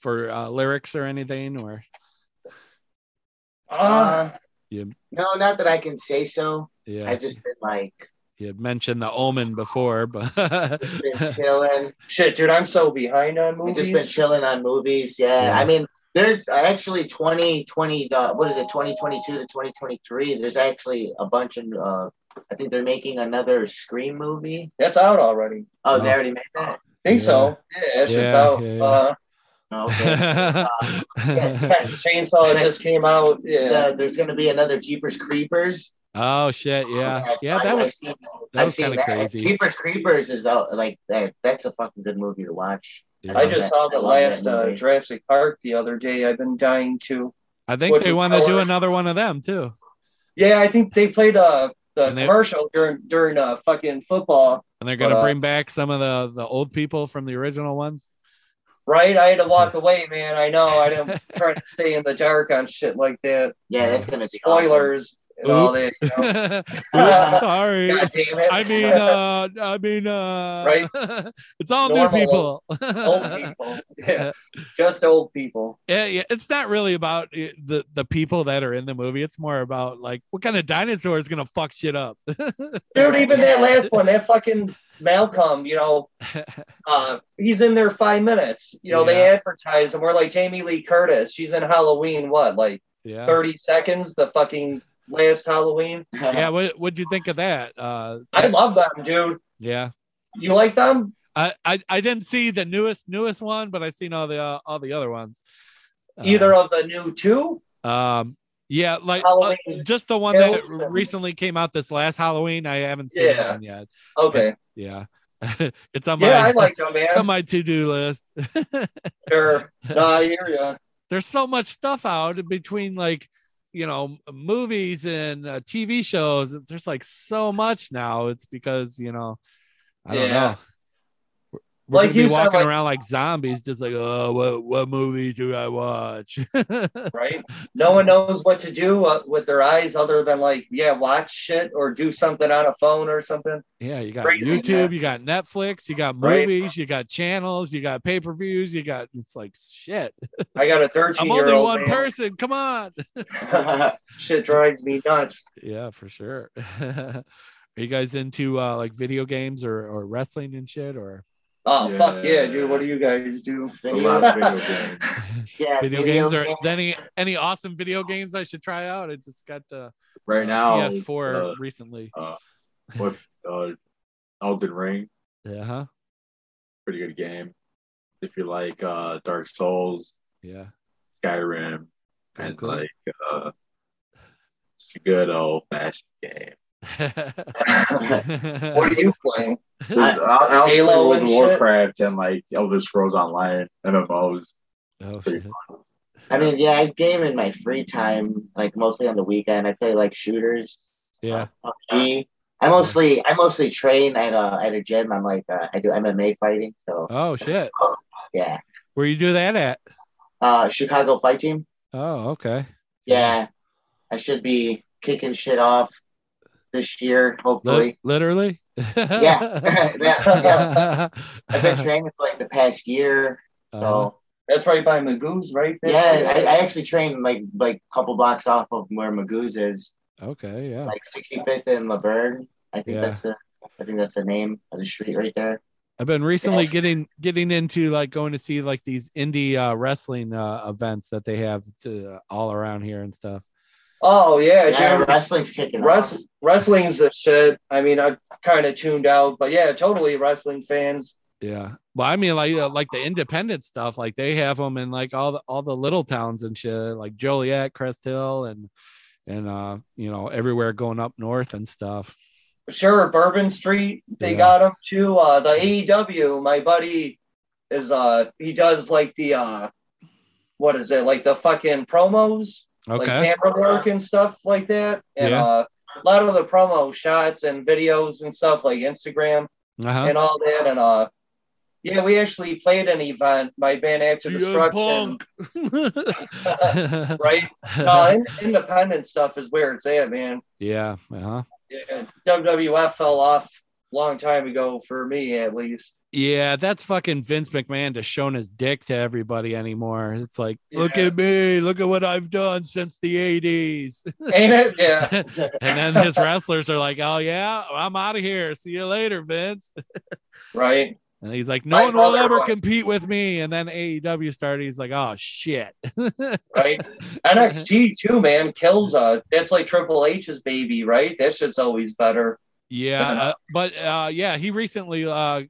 Speaker 1: for uh, lyrics or anything or
Speaker 2: Uh,
Speaker 5: No, not that I can say so.
Speaker 1: yeah
Speaker 5: I've just been like
Speaker 1: you had mentioned the omen before
Speaker 2: [laughs]
Speaker 1: but [laughs]
Speaker 5: just been chilling.
Speaker 2: shit, dude, I'm so behind on
Speaker 5: I've
Speaker 2: movies.
Speaker 5: just been chilling on movies. Yeah.
Speaker 1: Yeah.
Speaker 5: I mean, There's uh, actually 2020, uh, what is it, 2022 to 2023. There's actually a bunch of, uh, I think they're making another Scream movie.
Speaker 2: That's out already.
Speaker 5: Oh, they
Speaker 1: Oh.
Speaker 5: already made
Speaker 1: [laughs]
Speaker 5: that?
Speaker 2: think so. Yeah, that shit's out.
Speaker 1: Yeah, yeah,
Speaker 2: Uh,
Speaker 5: Oh, okay. Uh,
Speaker 2: [laughs] Texas Chainsaw just came out. Yeah.
Speaker 5: uh, there's going to be another Jeepers Creepers.
Speaker 1: oh shit! Yeah,
Speaker 5: Yes,
Speaker 1: yeah.
Speaker 5: I-
Speaker 1: That
Speaker 5: I
Speaker 1: was
Speaker 5: seen-
Speaker 1: that
Speaker 5: I've
Speaker 1: was
Speaker 5: seen
Speaker 1: kind of
Speaker 5: that.
Speaker 1: crazy.
Speaker 5: Jeepers Creepers is uh, like that. That's a fucking good movie to watch.
Speaker 1: Yeah.
Speaker 2: I just saw
Speaker 5: I
Speaker 2: the
Speaker 5: love
Speaker 2: last
Speaker 5: that
Speaker 2: uh,
Speaker 5: movie.
Speaker 2: Jurassic Park the other day. I've been dying to.
Speaker 1: I think
Speaker 2: which
Speaker 1: they
Speaker 2: is
Speaker 1: want to do
Speaker 2: our-
Speaker 1: another one of them too.
Speaker 2: Yeah, I think they played uh, the
Speaker 1: And they-
Speaker 2: commercial during during uh, fucking football.
Speaker 1: And they're gonna
Speaker 2: But, uh,
Speaker 1: bring back some of the the old people from the original
Speaker 2: [laughs]
Speaker 1: ones. [laughs]
Speaker 2: Right, I had to walk away, man. I know. I
Speaker 1: [laughs]
Speaker 2: didn't try to stay in the dark on shit like that.
Speaker 5: Yeah, that's gonna be
Speaker 2: Spoilers and all that.
Speaker 1: Oops.
Speaker 2: You
Speaker 1: [laughs] Oops,
Speaker 2: know? [laughs]
Speaker 1: sorry.
Speaker 2: God damn it!
Speaker 1: I mean, uh, I mean, uh, [laughs] it's all
Speaker 2: Normal
Speaker 1: new people.
Speaker 2: old
Speaker 1: [laughs]
Speaker 2: people. Yeah, just old people.
Speaker 1: Yeah, yeah, it's not really about uh, the the people that are in the movie. It's more about like what kind of dinosaur is gonna fuck shit up. [laughs]
Speaker 2: Dude, even that last one, that fucking Malcolm, you
Speaker 1: [laughs]
Speaker 2: know, uh, he's in there five minutes. You know, they
Speaker 1: Yeah.
Speaker 2: advertise and we're like Jamie Lee Curtis. She's in Halloween, what, like
Speaker 1: yeah,
Speaker 2: 30 seconds, the fucking last
Speaker 5: [laughs]
Speaker 2: Halloween?
Speaker 5: awesome.
Speaker 1: yeah. What would you think of that? Uh,
Speaker 2: I love them, dude.
Speaker 1: yeah,
Speaker 2: You like them?
Speaker 1: I, I I didn't see the newest newest one, but I seen all the uh, all the other ones. Uh,
Speaker 2: Either of the new two?
Speaker 1: Um, yeah, like uh,
Speaker 2: Halloween
Speaker 1: just the one
Speaker 2: Kills
Speaker 1: that
Speaker 2: and-
Speaker 1: recently came out this last Halloween. I haven't seen
Speaker 2: Yeah.
Speaker 1: that one yet.
Speaker 2: Okay.
Speaker 1: Yeah, [laughs] it's on my
Speaker 2: Yeah, I like them,
Speaker 1: it's on
Speaker 2: man.
Speaker 1: my to do list. [laughs]
Speaker 2: Sure. No, I hear ya.
Speaker 1: There's so much stuff out between like you know m- movies and uh, TV shows. There's like so much now. It's because you know I don't
Speaker 2: Yeah.
Speaker 1: know. We're- We're
Speaker 2: Like
Speaker 1: gonna be
Speaker 2: you said,
Speaker 1: walking
Speaker 2: like-
Speaker 1: around like zombies, just like oh, what what movie do I watch? [laughs]
Speaker 2: Right? No one knows what to do uh, with their eyes other than, like, yeah, watch shit or do something on a phone or something.
Speaker 1: Yeah, you got
Speaker 2: Crazy,
Speaker 1: YouTube,
Speaker 2: man.
Speaker 1: you got Netflix, you got
Speaker 2: Right.
Speaker 1: movies, you got channels, you got pay per views, you got it's like shit.
Speaker 2: I got a 13
Speaker 1: I'm
Speaker 2: year
Speaker 1: only
Speaker 2: old.
Speaker 1: one person. Come on. [laughs]
Speaker 2: Shit drives me nuts.
Speaker 1: Yeah, for sure. [laughs] Are you guys into uh, like video games or, or wrestling and shit or
Speaker 2: Oh
Speaker 3: Yeah.
Speaker 2: fuck yeah, dude! What do you guys do?
Speaker 3: [laughs] A lot of video games.
Speaker 5: Yeah,
Speaker 1: video games or any any awesome video games I should try out? I just got the
Speaker 3: Right now,
Speaker 1: PS4
Speaker 3: uh,
Speaker 1: recently.
Speaker 3: with uh, Elden Ring,
Speaker 1: Yeah, huh?
Speaker 3: pretty good game. If you like uh, Dark Souls, [laughs]
Speaker 1: Yeah.
Speaker 3: Skyrim, and
Speaker 1: Cool,
Speaker 3: like uh, it's a good old fashioned
Speaker 2: [laughs]
Speaker 3: game.
Speaker 1: cool.
Speaker 2: What are you playing?
Speaker 3: There's- I'll, I'll play
Speaker 2: Halo
Speaker 3: World
Speaker 2: and
Speaker 3: of
Speaker 2: shit?
Speaker 3: Warcraft and like Elder Scrolls Online, MMOs.
Speaker 1: [laughs] Oh,
Speaker 3: Pretty
Speaker 1: shit.
Speaker 5: I mean, yeah, I game in my free time, like mostly on the weekend. I play like shooters.
Speaker 1: yeah.
Speaker 5: PUBG. I mostly I mostly train at a at a gym. I'm like uh, I do MMA fighting. So
Speaker 1: Oh shit.
Speaker 5: yeah,
Speaker 1: Where you do that at?
Speaker 5: uh, Chicago Fight Team.
Speaker 1: Oh, okay.
Speaker 5: Yeah, I should be kicking shit off this year, hopefally.
Speaker 1: Li- literally. [laughs]
Speaker 5: [laughs] yeah, yeah, yeah. I've been training for like the past year.
Speaker 1: Uh,
Speaker 5: So
Speaker 2: That's right by Magoo's, right there.
Speaker 5: yeah, I, I actually trained like like a couple blocks off of where Magoo's is,
Speaker 1: okay, yeah.
Speaker 5: like 65th and Laverne. I think
Speaker 1: Yeah.
Speaker 5: that's the I think that's the name of the street right there.
Speaker 1: I've been recently
Speaker 5: Yes.
Speaker 1: getting getting into like going to see like these indie uh, wrestling uh, events that they have to, uh, all around here and stuff.
Speaker 2: oh yeah,
Speaker 5: Yeah,
Speaker 2: dude.
Speaker 5: wrestling's kicking off.
Speaker 2: Wrest- wrestling's the shit. I mean, I'm kind of tuned out, but yeah, totally wrestling fans.
Speaker 1: Yeah. Well, I mean, like uh, like the independent stuff, like they have them in like all the all the little towns and shit, like Joliet, Crest Hill, and and uh, you know everywhere going up north and stuff.
Speaker 2: Sure, Bourbon Street, they
Speaker 1: Yeah.
Speaker 2: got them too. Uh, the AEW, my buddy is uh, he does like the uh, what is it like the fucking promos?
Speaker 1: Okay.
Speaker 2: like camera work and stuff like that. And
Speaker 1: Yeah.
Speaker 2: uh, a lot of the promo shots and videos and stuff like Instagram
Speaker 1: Uh-huh.
Speaker 2: and all that. And uh, yeah, we actually played an event, my band After Destruction, right?
Speaker 1: [laughs]
Speaker 2: No, in- independent stuff is where it's at, man.
Speaker 1: yeah. Uh-huh.
Speaker 2: Yeah, WWF fell off a long time ago for me, at least.
Speaker 1: Yeah, that's fucking Vince McMahon just showing his dick to everybody anymore. It's like, look
Speaker 2: Yeah.
Speaker 1: at me, look at what I've done since the 80s.
Speaker 2: Ain't it? Yeah.
Speaker 1: And then his wrestlers are like, oh, yeah, I'm out of here. See you later, Vince.
Speaker 2: Right.
Speaker 1: And he's like, no
Speaker 2: My
Speaker 1: one will
Speaker 2: brother
Speaker 1: ever
Speaker 2: was-
Speaker 1: compete with me. And then AEW started. He's like, oh shit.
Speaker 2: right? NXT too, man, kills. Uh, that's like Triple H's baby, right? That shit's always better. [laughs]
Speaker 1: Yeah,
Speaker 2: Yeah.
Speaker 1: uh, but uh, yeah, he recently uh,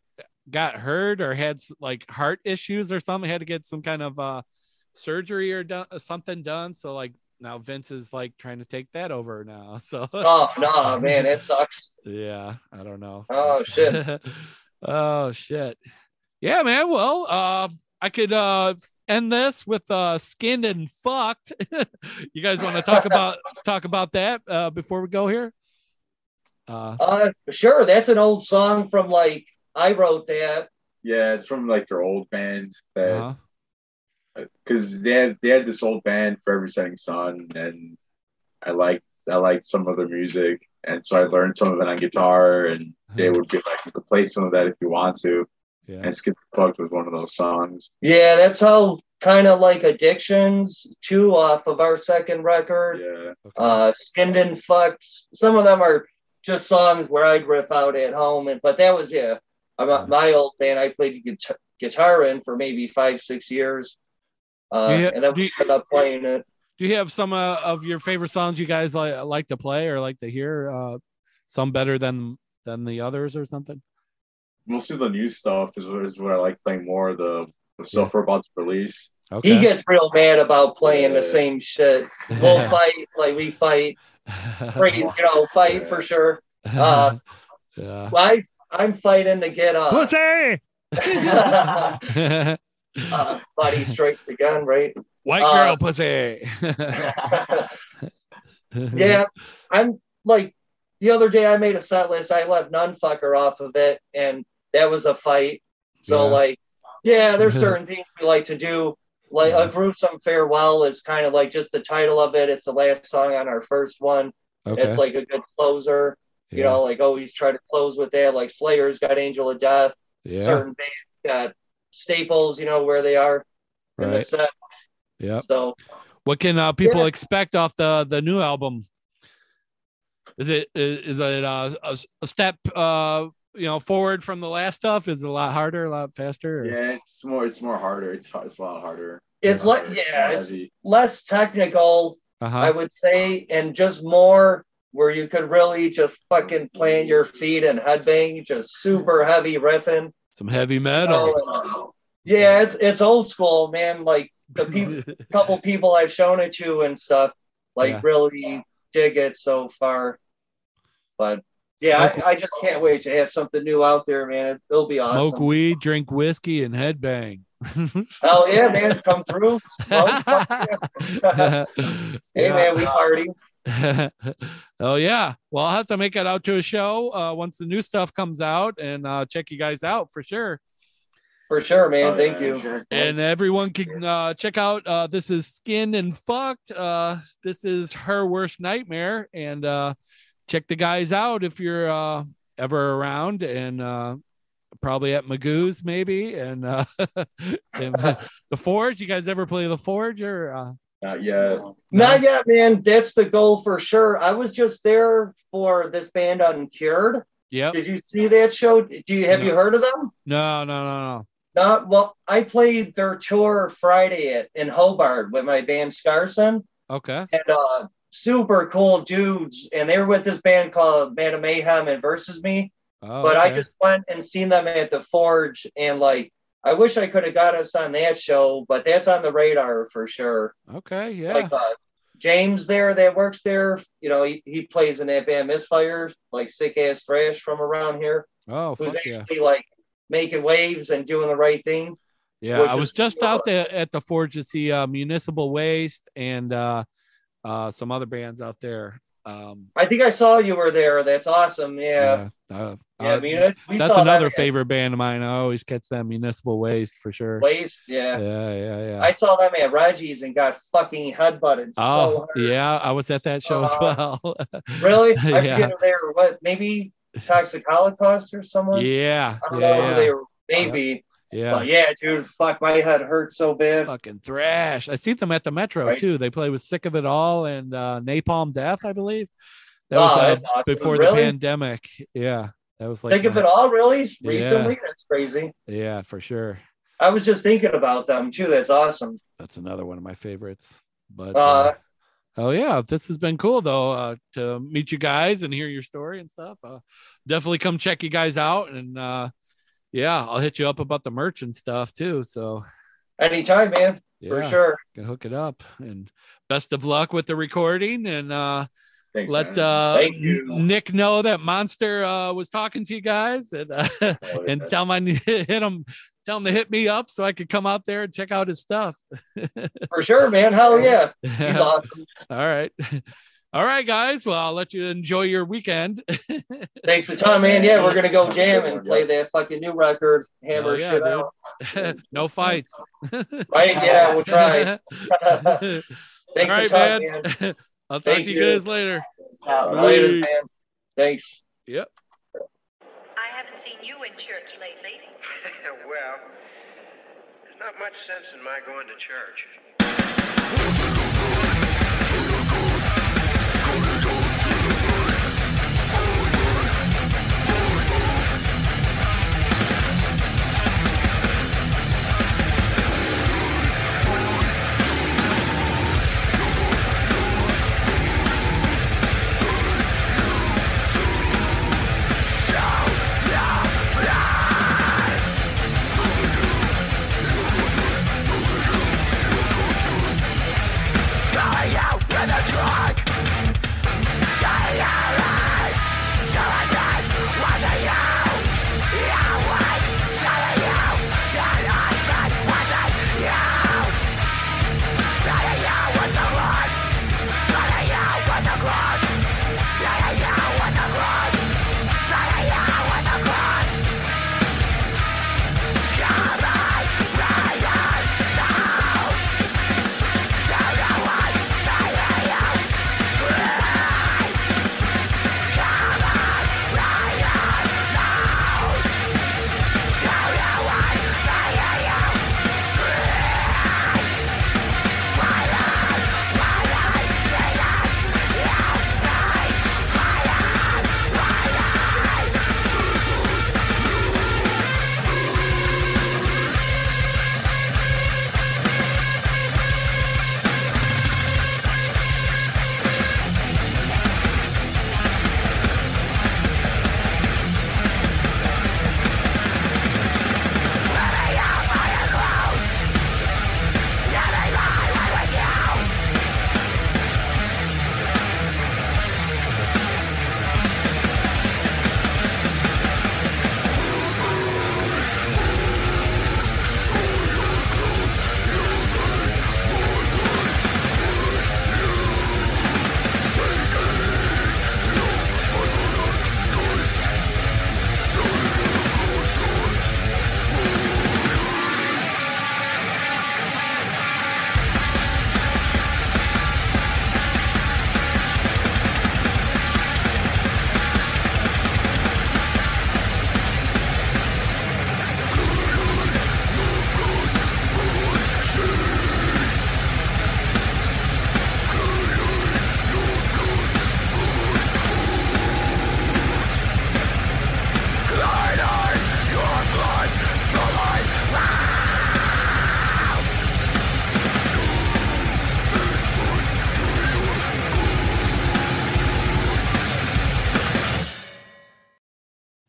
Speaker 1: got hurt or had s- like heart issues or something. Had to get some kind of uh, surgery or done, uh, something done. So like now Vince is like trying to take that over now. [laughs] So
Speaker 2: Oh no, man, that sucks.
Speaker 1: yeah, I don't know.
Speaker 2: Oh, shit.
Speaker 1: [laughs] oh shit. Yeah, man. Well, uh, I could uh, end this with uh, skinned and fucked. [laughs] you guys want to talk
Speaker 2: [laughs]
Speaker 1: about talk about that uh, before we go here? Uh,
Speaker 2: Uh, sure, that's an old song from like I wrote that.
Speaker 3: Yeah, it's from like their old band that
Speaker 2: Uh-huh.
Speaker 1: uh,
Speaker 3: because they had they had this old band Forever Setting Sun, and I liked I liked some of their music, and so I learned some of it on guitar, and they
Speaker 2: Uh-huh.
Speaker 3: would be like, you could play some of that if you want to,
Speaker 1: yeah.
Speaker 3: and Skip the Fuck was one of those songs.
Speaker 2: Yeah, that's how kind of like Addictions too off of our second record.
Speaker 3: Yeah,
Speaker 1: Okay.
Speaker 2: Uh, Skinned and Fucked. Some of them are just songs where I'd riff out at home, and but that was yeah.
Speaker 1: Mm-hmm.
Speaker 2: I'm, my old band, I played guitar, guitar in for maybe five, six years, uh,
Speaker 1: Do you-
Speaker 2: and then
Speaker 1: do you-
Speaker 2: we ended up playing it.
Speaker 1: Do you have some uh, of your favorite songs you guys like like to play or like to hear? Uh, some better than than the others or something.
Speaker 3: most of the new stuff is what is what I like playing more. The the stuff we're about to release.
Speaker 2: He gets real mad about playing the
Speaker 3: Yeah.
Speaker 2: same shit. We'll
Speaker 1: [laughs]
Speaker 2: fight like we fight, Pretty, you know, fight for sure. uh,
Speaker 1: [laughs] yeah.
Speaker 2: Well, I, I'm fighting to get uh, up.
Speaker 1: Pussy.
Speaker 5: [laughs]
Speaker 2: uh,
Speaker 1: [laughs]
Speaker 2: buddy uh, strikes again, right?
Speaker 1: White
Speaker 2: uh,
Speaker 1: girl pussy.
Speaker 2: [laughs]
Speaker 1: [laughs]
Speaker 2: yeah, I'm like the other day I made a set list. I left Nunfucker off of it, and that was a fight. So
Speaker 1: Yeah.
Speaker 2: like,
Speaker 1: [laughs]
Speaker 2: yeah, there's certain things we like to do. Like a gruesome farewell is kind of like just the title of it. It's the last song on our first one.
Speaker 1: Okay.
Speaker 2: It's like a good closer. You
Speaker 1: yeah.
Speaker 2: know, like always try to close with that. Like Slayer's got Angel of Death.
Speaker 1: yeah.
Speaker 2: Certain bands got staples. You know where they are in the
Speaker 1: Right.
Speaker 2: set.
Speaker 1: Yep.
Speaker 2: So
Speaker 1: What can uh, people
Speaker 2: Yeah.
Speaker 1: expect off the the new album? Is it is it uh, a, a step uh, you know forward from the last stuff? Is it a lot harder, a lot faster? or-
Speaker 3: Yeah, it's more it's more harder. It's hard, it's a lot harder.
Speaker 2: it's like
Speaker 3: harder.
Speaker 2: yeah,
Speaker 3: more
Speaker 2: it's
Speaker 3: heavy.
Speaker 2: less technical.
Speaker 1: Uh-huh.
Speaker 2: I would say, and just more where you could really just fucking plant your feet and headbang, just super heavy riffing.
Speaker 1: Some heavy
Speaker 2: you
Speaker 1: metal.
Speaker 2: know, and, uh, yeah, it's it's old school, man. Like Oh, the
Speaker 1: [laughs]
Speaker 2: people, couple people I've shown it to and stuff, like
Speaker 1: Yeah.
Speaker 2: really dig it so far. But yeah,
Speaker 1: Smoke-
Speaker 2: I, I just can't wait to have something new out there, man. It, it'll be
Speaker 1: Smoke
Speaker 2: awesome.
Speaker 1: weed, drink whiskey, and headbang. [laughs]
Speaker 2: Oh yeah, man, come through. Smoke.
Speaker 1: [laughs]
Speaker 2: Fuck yeah. [laughs] Hey
Speaker 1: Yeah.
Speaker 2: man, we party.
Speaker 1: [laughs] oh yeah. Well, I'll have to make it out to a show uh, once the new stuff comes out, and uh, check you guys out for sure.
Speaker 2: For sure, man.
Speaker 3: Oh,
Speaker 2: Thank
Speaker 3: yeah,
Speaker 2: you.
Speaker 5: Sure.
Speaker 1: and everyone can uh, check out uh, this is skinned and fucked uh, this is her worst nightmare and uh, check the guys out if you're uh, ever around and uh, probably at magoo's maybe and, uh, [laughs]
Speaker 2: [laughs]
Speaker 1: and the forge you guys ever play the forge or uh,
Speaker 3: Not yet.
Speaker 2: Not yet, man. That's the goal for sure. I was just there for this band Uncured.
Speaker 1: yep
Speaker 2: Did you see that show? Do you have
Speaker 1: No.
Speaker 2: you heard of them?
Speaker 1: no no no no
Speaker 2: Not well. I played their tour Friday at, in Hobart with my band Scarson
Speaker 1: okay
Speaker 2: and uh, super cool dudes. And they were with this band called Madam Mayhem and Versus Me.
Speaker 1: oh,
Speaker 2: but I
Speaker 1: okay.
Speaker 2: just went and seen them at the Forge and like. I wish I could have got us on that show, but that's on the radar for sure
Speaker 1: okay yeah
Speaker 2: like uh, James there that works there. You know, he, he plays in that band Misfire, like sick ass thrash from around here,
Speaker 1: oh
Speaker 2: who's
Speaker 1: fuck yeah
Speaker 2: actually like making waves and doing the right thing.
Speaker 1: Yeah,
Speaker 2: which
Speaker 1: I
Speaker 2: is
Speaker 1: was just
Speaker 2: cool.
Speaker 1: out there at the Forge to see uh, Municipal Waste and uh, uh, some other bands out there. Um,
Speaker 2: I think I saw you were there. That's awesome. Yeah.
Speaker 1: yeah, uh,
Speaker 2: Yeah,
Speaker 1: uh,
Speaker 2: I mean, that's, we
Speaker 1: that's
Speaker 2: saw
Speaker 1: another
Speaker 2: that at
Speaker 1: favorite band of mine. I always catch them, Municipal Waste for sure.
Speaker 2: Waste. Yeah.
Speaker 1: Yeah, yeah, yeah.
Speaker 2: I saw them at Reggie's and got fucking headbutted so
Speaker 1: oh,
Speaker 2: hard.
Speaker 1: yeah, I was at that show as well. [laughs]
Speaker 2: Really? Uh, I
Speaker 1: Yeah.
Speaker 2: forget who they were. What? Maybe Toxic Holocaust or someone?
Speaker 1: yeah,
Speaker 2: I don't know who
Speaker 1: yeah, yeah,
Speaker 2: they were. Maybe.
Speaker 1: yeah.
Speaker 2: But yeah, dude, fuck, my head hurt so bad.
Speaker 1: Fucking thrash. I see them at the Metro
Speaker 2: Right.
Speaker 1: too. They play with Sick of It All and uh, Napalm Death, I believe. That
Speaker 2: Oh,
Speaker 1: was uh,
Speaker 2: that's awesome.
Speaker 1: before
Speaker 2: Really?
Speaker 1: the pandemic. Yeah. That was like
Speaker 2: Think of
Speaker 1: my-
Speaker 2: it all, really?
Speaker 1: Yeah.
Speaker 2: Recently? That's crazy.
Speaker 1: Yeah, for sure.
Speaker 2: I was just thinking about them too. That's awesome.
Speaker 1: That's another one of my favorites. But uh,
Speaker 2: Uh,
Speaker 1: oh yeah, this has been cool though uh, to meet you guys and hear your story and stuff. Uh, definitely come check you guys out and uh, yeah, I'll hit you up about the merch and stuff too. So
Speaker 2: Uh, anytime, man.
Speaker 1: yeah,
Speaker 2: For sure.
Speaker 1: can hook it up and best of luck with the recording and uh,
Speaker 3: Thanks,
Speaker 1: let
Speaker 3: [laughs] man.
Speaker 1: uh,
Speaker 2: Thank you.
Speaker 1: Nick know that Monster uh, was talking to you guys and
Speaker 2: [laughs]
Speaker 1: uh,
Speaker 3: Oh,
Speaker 1: and
Speaker 3: yeah.
Speaker 1: tell my [laughs] hit him tell him to hit me up so I could come out there and check out his stuff.
Speaker 2: For sure,
Speaker 1: [laughs]
Speaker 2: man. Hell yeah. He's
Speaker 1: All
Speaker 2: awesome.
Speaker 1: right. [laughs] All right, guys. Well, I'll let you enjoy your weekend. [laughs]
Speaker 2: Thanks a ton, man. Yeah, we're gonna go jam and play that fucking new record, hammer
Speaker 1: Hell yeah,
Speaker 2: shit
Speaker 1: dude.
Speaker 2: out.
Speaker 1: no fights.
Speaker 2: Right? Yeah,
Speaker 1: [laughs]
Speaker 2: we'll try.
Speaker 1: All
Speaker 2: Thanks a
Speaker 1: right,
Speaker 2: ton,
Speaker 1: man.
Speaker 2: man.
Speaker 1: I'll talk
Speaker 2: Thank
Speaker 1: to you
Speaker 2: you.
Speaker 1: guys later.
Speaker 5: Out,
Speaker 1: Bye.
Speaker 5: right?
Speaker 2: Later, man. Thanks.
Speaker 1: Yep.
Speaker 6: I haven't seen you in church lately.
Speaker 7: well, there's not much sense in my going to church.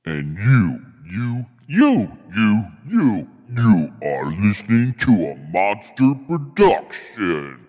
Speaker 8: And you, you, you, you, you, you are [laughs] listening to a monster production.